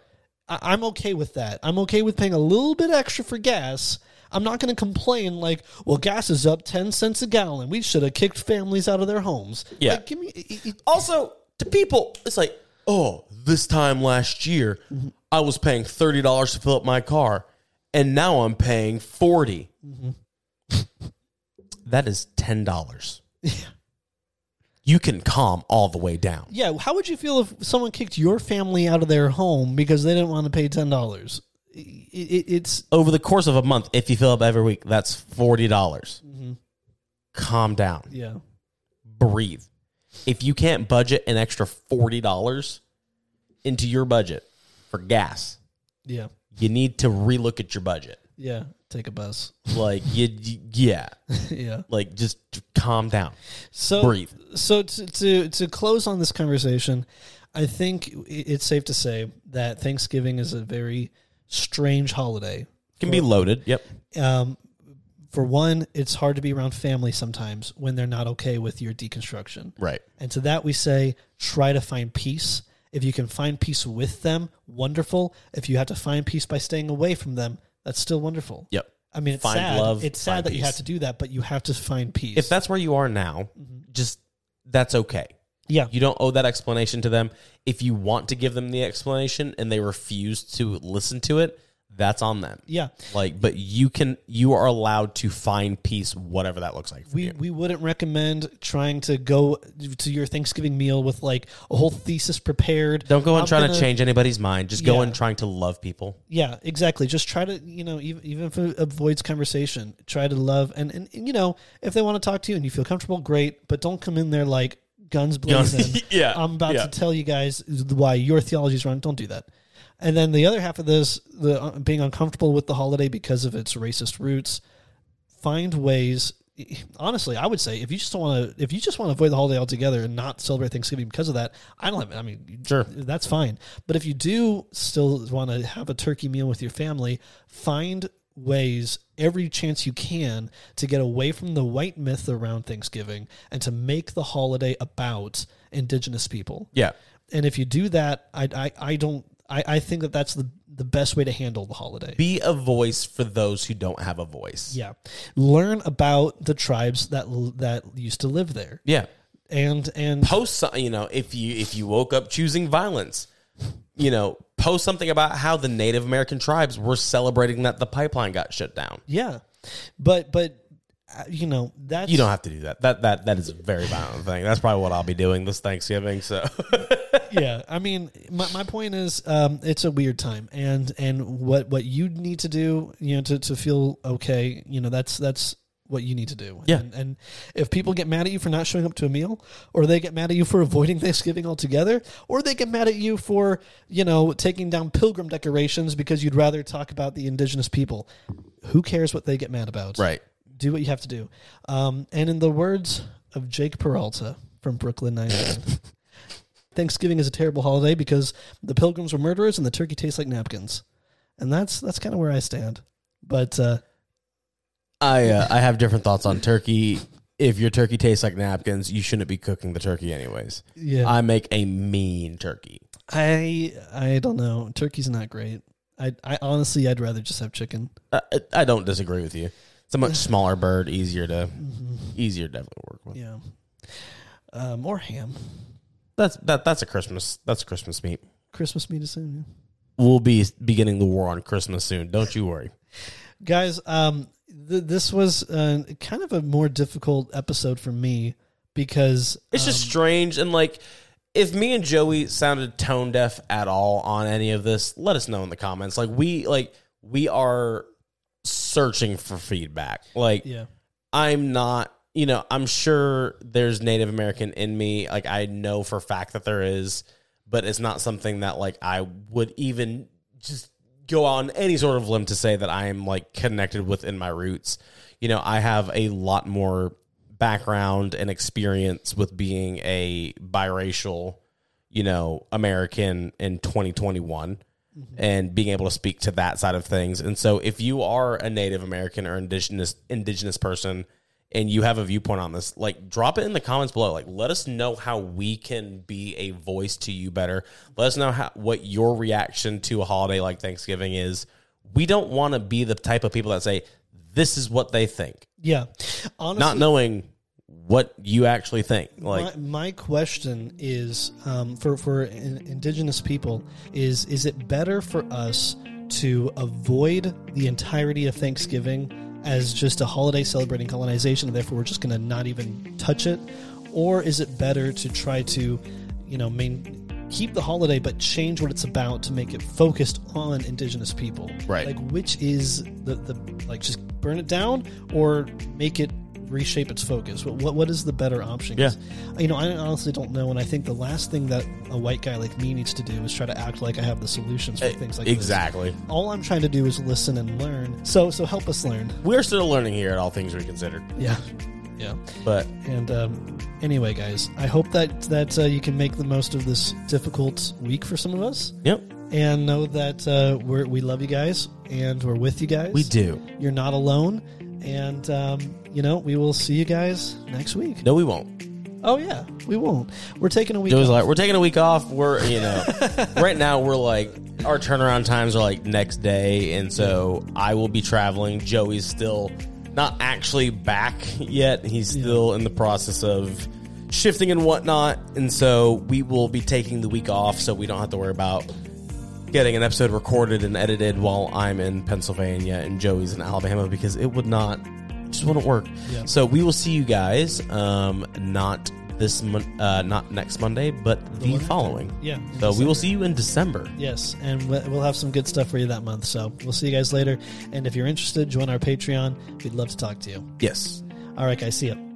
[SPEAKER 2] I, I'm okay with that. I'm okay with paying a little bit extra for gas. I'm not going to complain like, well, gas is up 10 cents a gallon. We should have kicked families out of their homes.
[SPEAKER 1] Yeah.
[SPEAKER 2] Like, give me it- it-
[SPEAKER 1] Also, to people, it's like, oh, this time last year, I was paying thirty dollars to fill up my car, and now I'm paying 40 That is ten dollars. You can calm all the way down.
[SPEAKER 2] Yeah, how would you feel if someone kicked your family out of their home because they didn't want to pay ten dollars? it's
[SPEAKER 1] Over the course of a month, if you fill up every week, that's forty dollars. Calm down.
[SPEAKER 2] yeah,
[SPEAKER 1] breathe. If you can't budget an extra forty dollars into your budget for gas,
[SPEAKER 2] yeah,
[SPEAKER 1] you need to relook at your budget.
[SPEAKER 2] yeah. Take a bus.
[SPEAKER 1] Like you, you- yeah,
[SPEAKER 2] yeah.
[SPEAKER 1] like just calm down,
[SPEAKER 2] So
[SPEAKER 1] breathe.
[SPEAKER 2] So to, to to close on this conversation, I think i- it's safe to say that Thanksgiving is a very strange holiday.
[SPEAKER 1] Can be loaded. Yep.
[SPEAKER 2] Um, for one, it's hard to be around family sometimes when they're not okay with your deconstruction.
[SPEAKER 1] Right.
[SPEAKER 2] And to that we say, try to find peace. If you can find peace with them, wonderful. If you have to find peace by staying away from them, that's still wonderful.
[SPEAKER 1] Yep.
[SPEAKER 2] I mean, it's
[SPEAKER 1] Find
[SPEAKER 2] sad.
[SPEAKER 1] love,
[SPEAKER 2] it's sad
[SPEAKER 1] find
[SPEAKER 2] that you
[SPEAKER 1] peace.
[SPEAKER 2] have to do that, but you have to find peace.
[SPEAKER 1] If that's where you are now, just that's okay.
[SPEAKER 2] yeah,
[SPEAKER 1] You don't owe that explanation to them. If you want to give them the explanation and they refuse to listen to it, that's on them.
[SPEAKER 2] yeah.
[SPEAKER 1] Like, but you can, you are allowed to find peace, whatever that looks like. For
[SPEAKER 2] We,
[SPEAKER 1] you.
[SPEAKER 2] we wouldn't recommend trying to go to your Thanksgiving meal with like a whole thesis prepared.
[SPEAKER 1] Don't go and
[SPEAKER 2] I'm
[SPEAKER 1] trying
[SPEAKER 2] gonna-
[SPEAKER 1] to change anybody's mind. Just go
[SPEAKER 2] Yeah.
[SPEAKER 1] and trying to love people.
[SPEAKER 2] Yeah, exactly. Just try to, you know, even, even if it avoids conversation, try to love. And, and, and, you know, if they want to talk to you and you feel comfortable, great. But don't come in there like guns blazing.
[SPEAKER 1] Yeah,
[SPEAKER 2] I'm about
[SPEAKER 1] yeah.
[SPEAKER 2] to tell you guys why your theology is wrong. Don't do that. And then the other half of this, the uh, being uncomfortable with the holiday because of its racist roots, find ways. Honestly, I would say if you just don't want to, if you just want to avoid the holiday altogether and not celebrate Thanksgiving because of that, I don't. Have, I mean,
[SPEAKER 1] Sure.
[SPEAKER 2] that's fine. But if you do still want to have a turkey meal with your family, find ways every chance you can to get away from the white myth around Thanksgiving and to make the holiday about indigenous people.
[SPEAKER 1] Yeah.
[SPEAKER 2] And if you do that, I I, I don't. I, I think that that's the the best way to handle the holiday.
[SPEAKER 1] Be a voice for those who don't have a voice.
[SPEAKER 2] Yeah, learn about the tribes that l- that used to live there,
[SPEAKER 1] Yeah.
[SPEAKER 2] and and
[SPEAKER 1] Post some- you know, if you if you woke up choosing violence, you know, post something about how the Native American tribes were celebrating that the pipeline got shut down.
[SPEAKER 2] yeah, but but uh, you know that's
[SPEAKER 1] You don't have to do that. That that that is a very violent thing. That's probably what I'll be doing this Thanksgiving. So
[SPEAKER 2] yeah i mean my, my point is um, it's a weird time and and what what you need to do you know to, to feel okay you know that's that's what you need to do
[SPEAKER 1] Yeah.
[SPEAKER 2] and, and if people get mad at you for not showing up to a meal or they get mad at you for avoiding thanksgiving altogether or they get mad at you for you know taking down pilgrim decorations because you'd rather talk about the indigenous people who cares what they get mad about
[SPEAKER 1] Right.
[SPEAKER 2] do what you have to do. Um, and in the words of Jake Peralta from Brooklyn Nine Nine, Thanksgiving is a terrible holiday because the Pilgrims were murderers and the turkey tastes like napkins. And that's that's kind of where I stand. But uh,
[SPEAKER 1] I uh, I have different thoughts on turkey. If your turkey tastes like napkins, you shouldn't be cooking the turkey anyways.
[SPEAKER 2] yeah,
[SPEAKER 1] I make a mean turkey.
[SPEAKER 2] I I don't know. Turkey's not great. I I honestly I'd rather just have chicken.
[SPEAKER 1] I, I- I don't disagree with you. It's a much smaller bird, easier to easier to definitely work with.
[SPEAKER 2] Yeah. Uh, more ham.
[SPEAKER 1] That's that that's a Christmas that's Christmas meat.
[SPEAKER 2] Christmas meat is soon. Yeah.
[SPEAKER 1] We'll be beginning the war on Christmas soon. Don't you worry.
[SPEAKER 2] guys um th- this was uh, kind of a more difficult episode for me because
[SPEAKER 1] It's just strange and like if me and Joey sounded tone deaf at all on any of this, let us know in the comments. Like we like we are searching for feedback. Like
[SPEAKER 2] yeah
[SPEAKER 1] I'm not, you know, I'm sure there's Native American in me. Like I know for a fact that there is, but it's not something that like I would even just go on any sort of limb to say that I am like connected with in my roots. You know, I have a lot more background and experience with being a biracial, you know, American in 2021 and being able to speak to that side of things. And so if you are a Native American or indigenous indigenous person and you have a viewpoint on this, like drop it in the comments below. Like let us know how we can be a voice to you better. Let us know how what your reaction to a holiday like Thanksgiving is. We don't want to be the type of people that say this is what they think,
[SPEAKER 2] yeah honestly
[SPEAKER 1] not knowing what you actually think. Like
[SPEAKER 2] my, my question is um, for for in, indigenous people is is it better for us to avoid the entirety of Thanksgiving as just a holiday celebrating colonization, and therefore we're just going to not even touch it, or is it better to try to, you know, main keep the holiday but change what it's about to make it focused on indigenous people
[SPEAKER 1] Right.
[SPEAKER 2] like which is the, the like just burn it down or make it reshape its focus what, what, what is the better option 'Cause, you know i honestly don't know and i think the last thing that a white guy like me needs to do is try to act like i have the solutions for
[SPEAKER 1] Eh,
[SPEAKER 2] things like this.
[SPEAKER 1] exactly.
[SPEAKER 2] all i'm trying to do is listen and learn so so help us learn
[SPEAKER 1] We're still learning here at all things reconsidered.
[SPEAKER 2] yeah yeah
[SPEAKER 1] But
[SPEAKER 2] and um, anyway guys i hope that that uh, you can make the most of this difficult week for some of us
[SPEAKER 1] yep,
[SPEAKER 2] and know that uh, we're, we love you guys and we're with you guys
[SPEAKER 1] we do.
[SPEAKER 2] you're not alone. And, um, you know, we will see you guys next week.
[SPEAKER 1] No, we won't.
[SPEAKER 2] Oh, yeah, we won't. We're taking a week.
[SPEAKER 1] Joe's
[SPEAKER 2] off.
[SPEAKER 1] like, we're taking a week off. We're, you know, right now we're like, our turnaround times are like next day. And so I will be traveling. Joey's still not actually back yet. He's still in the process of shifting and whatnot. And so we will be taking the week off so we don't have to worry about getting an episode recorded and edited while I'm in Pennsylvania and Joey's in Alabama because it would not just wouldn't work.
[SPEAKER 2] Yeah.
[SPEAKER 1] So we will see you guys um not this mon- uh not next Monday but the,
[SPEAKER 2] one after.
[SPEAKER 1] following.
[SPEAKER 2] Yeah, in
[SPEAKER 1] So we will
[SPEAKER 2] December.
[SPEAKER 1] see you in December.
[SPEAKER 2] Yes, and we- we'll have some good stuff for you that month. So we'll see you guys later. And if you're interested, join our Patreon. We'd love to talk to you.
[SPEAKER 1] Yes.
[SPEAKER 2] All right, guys, see you.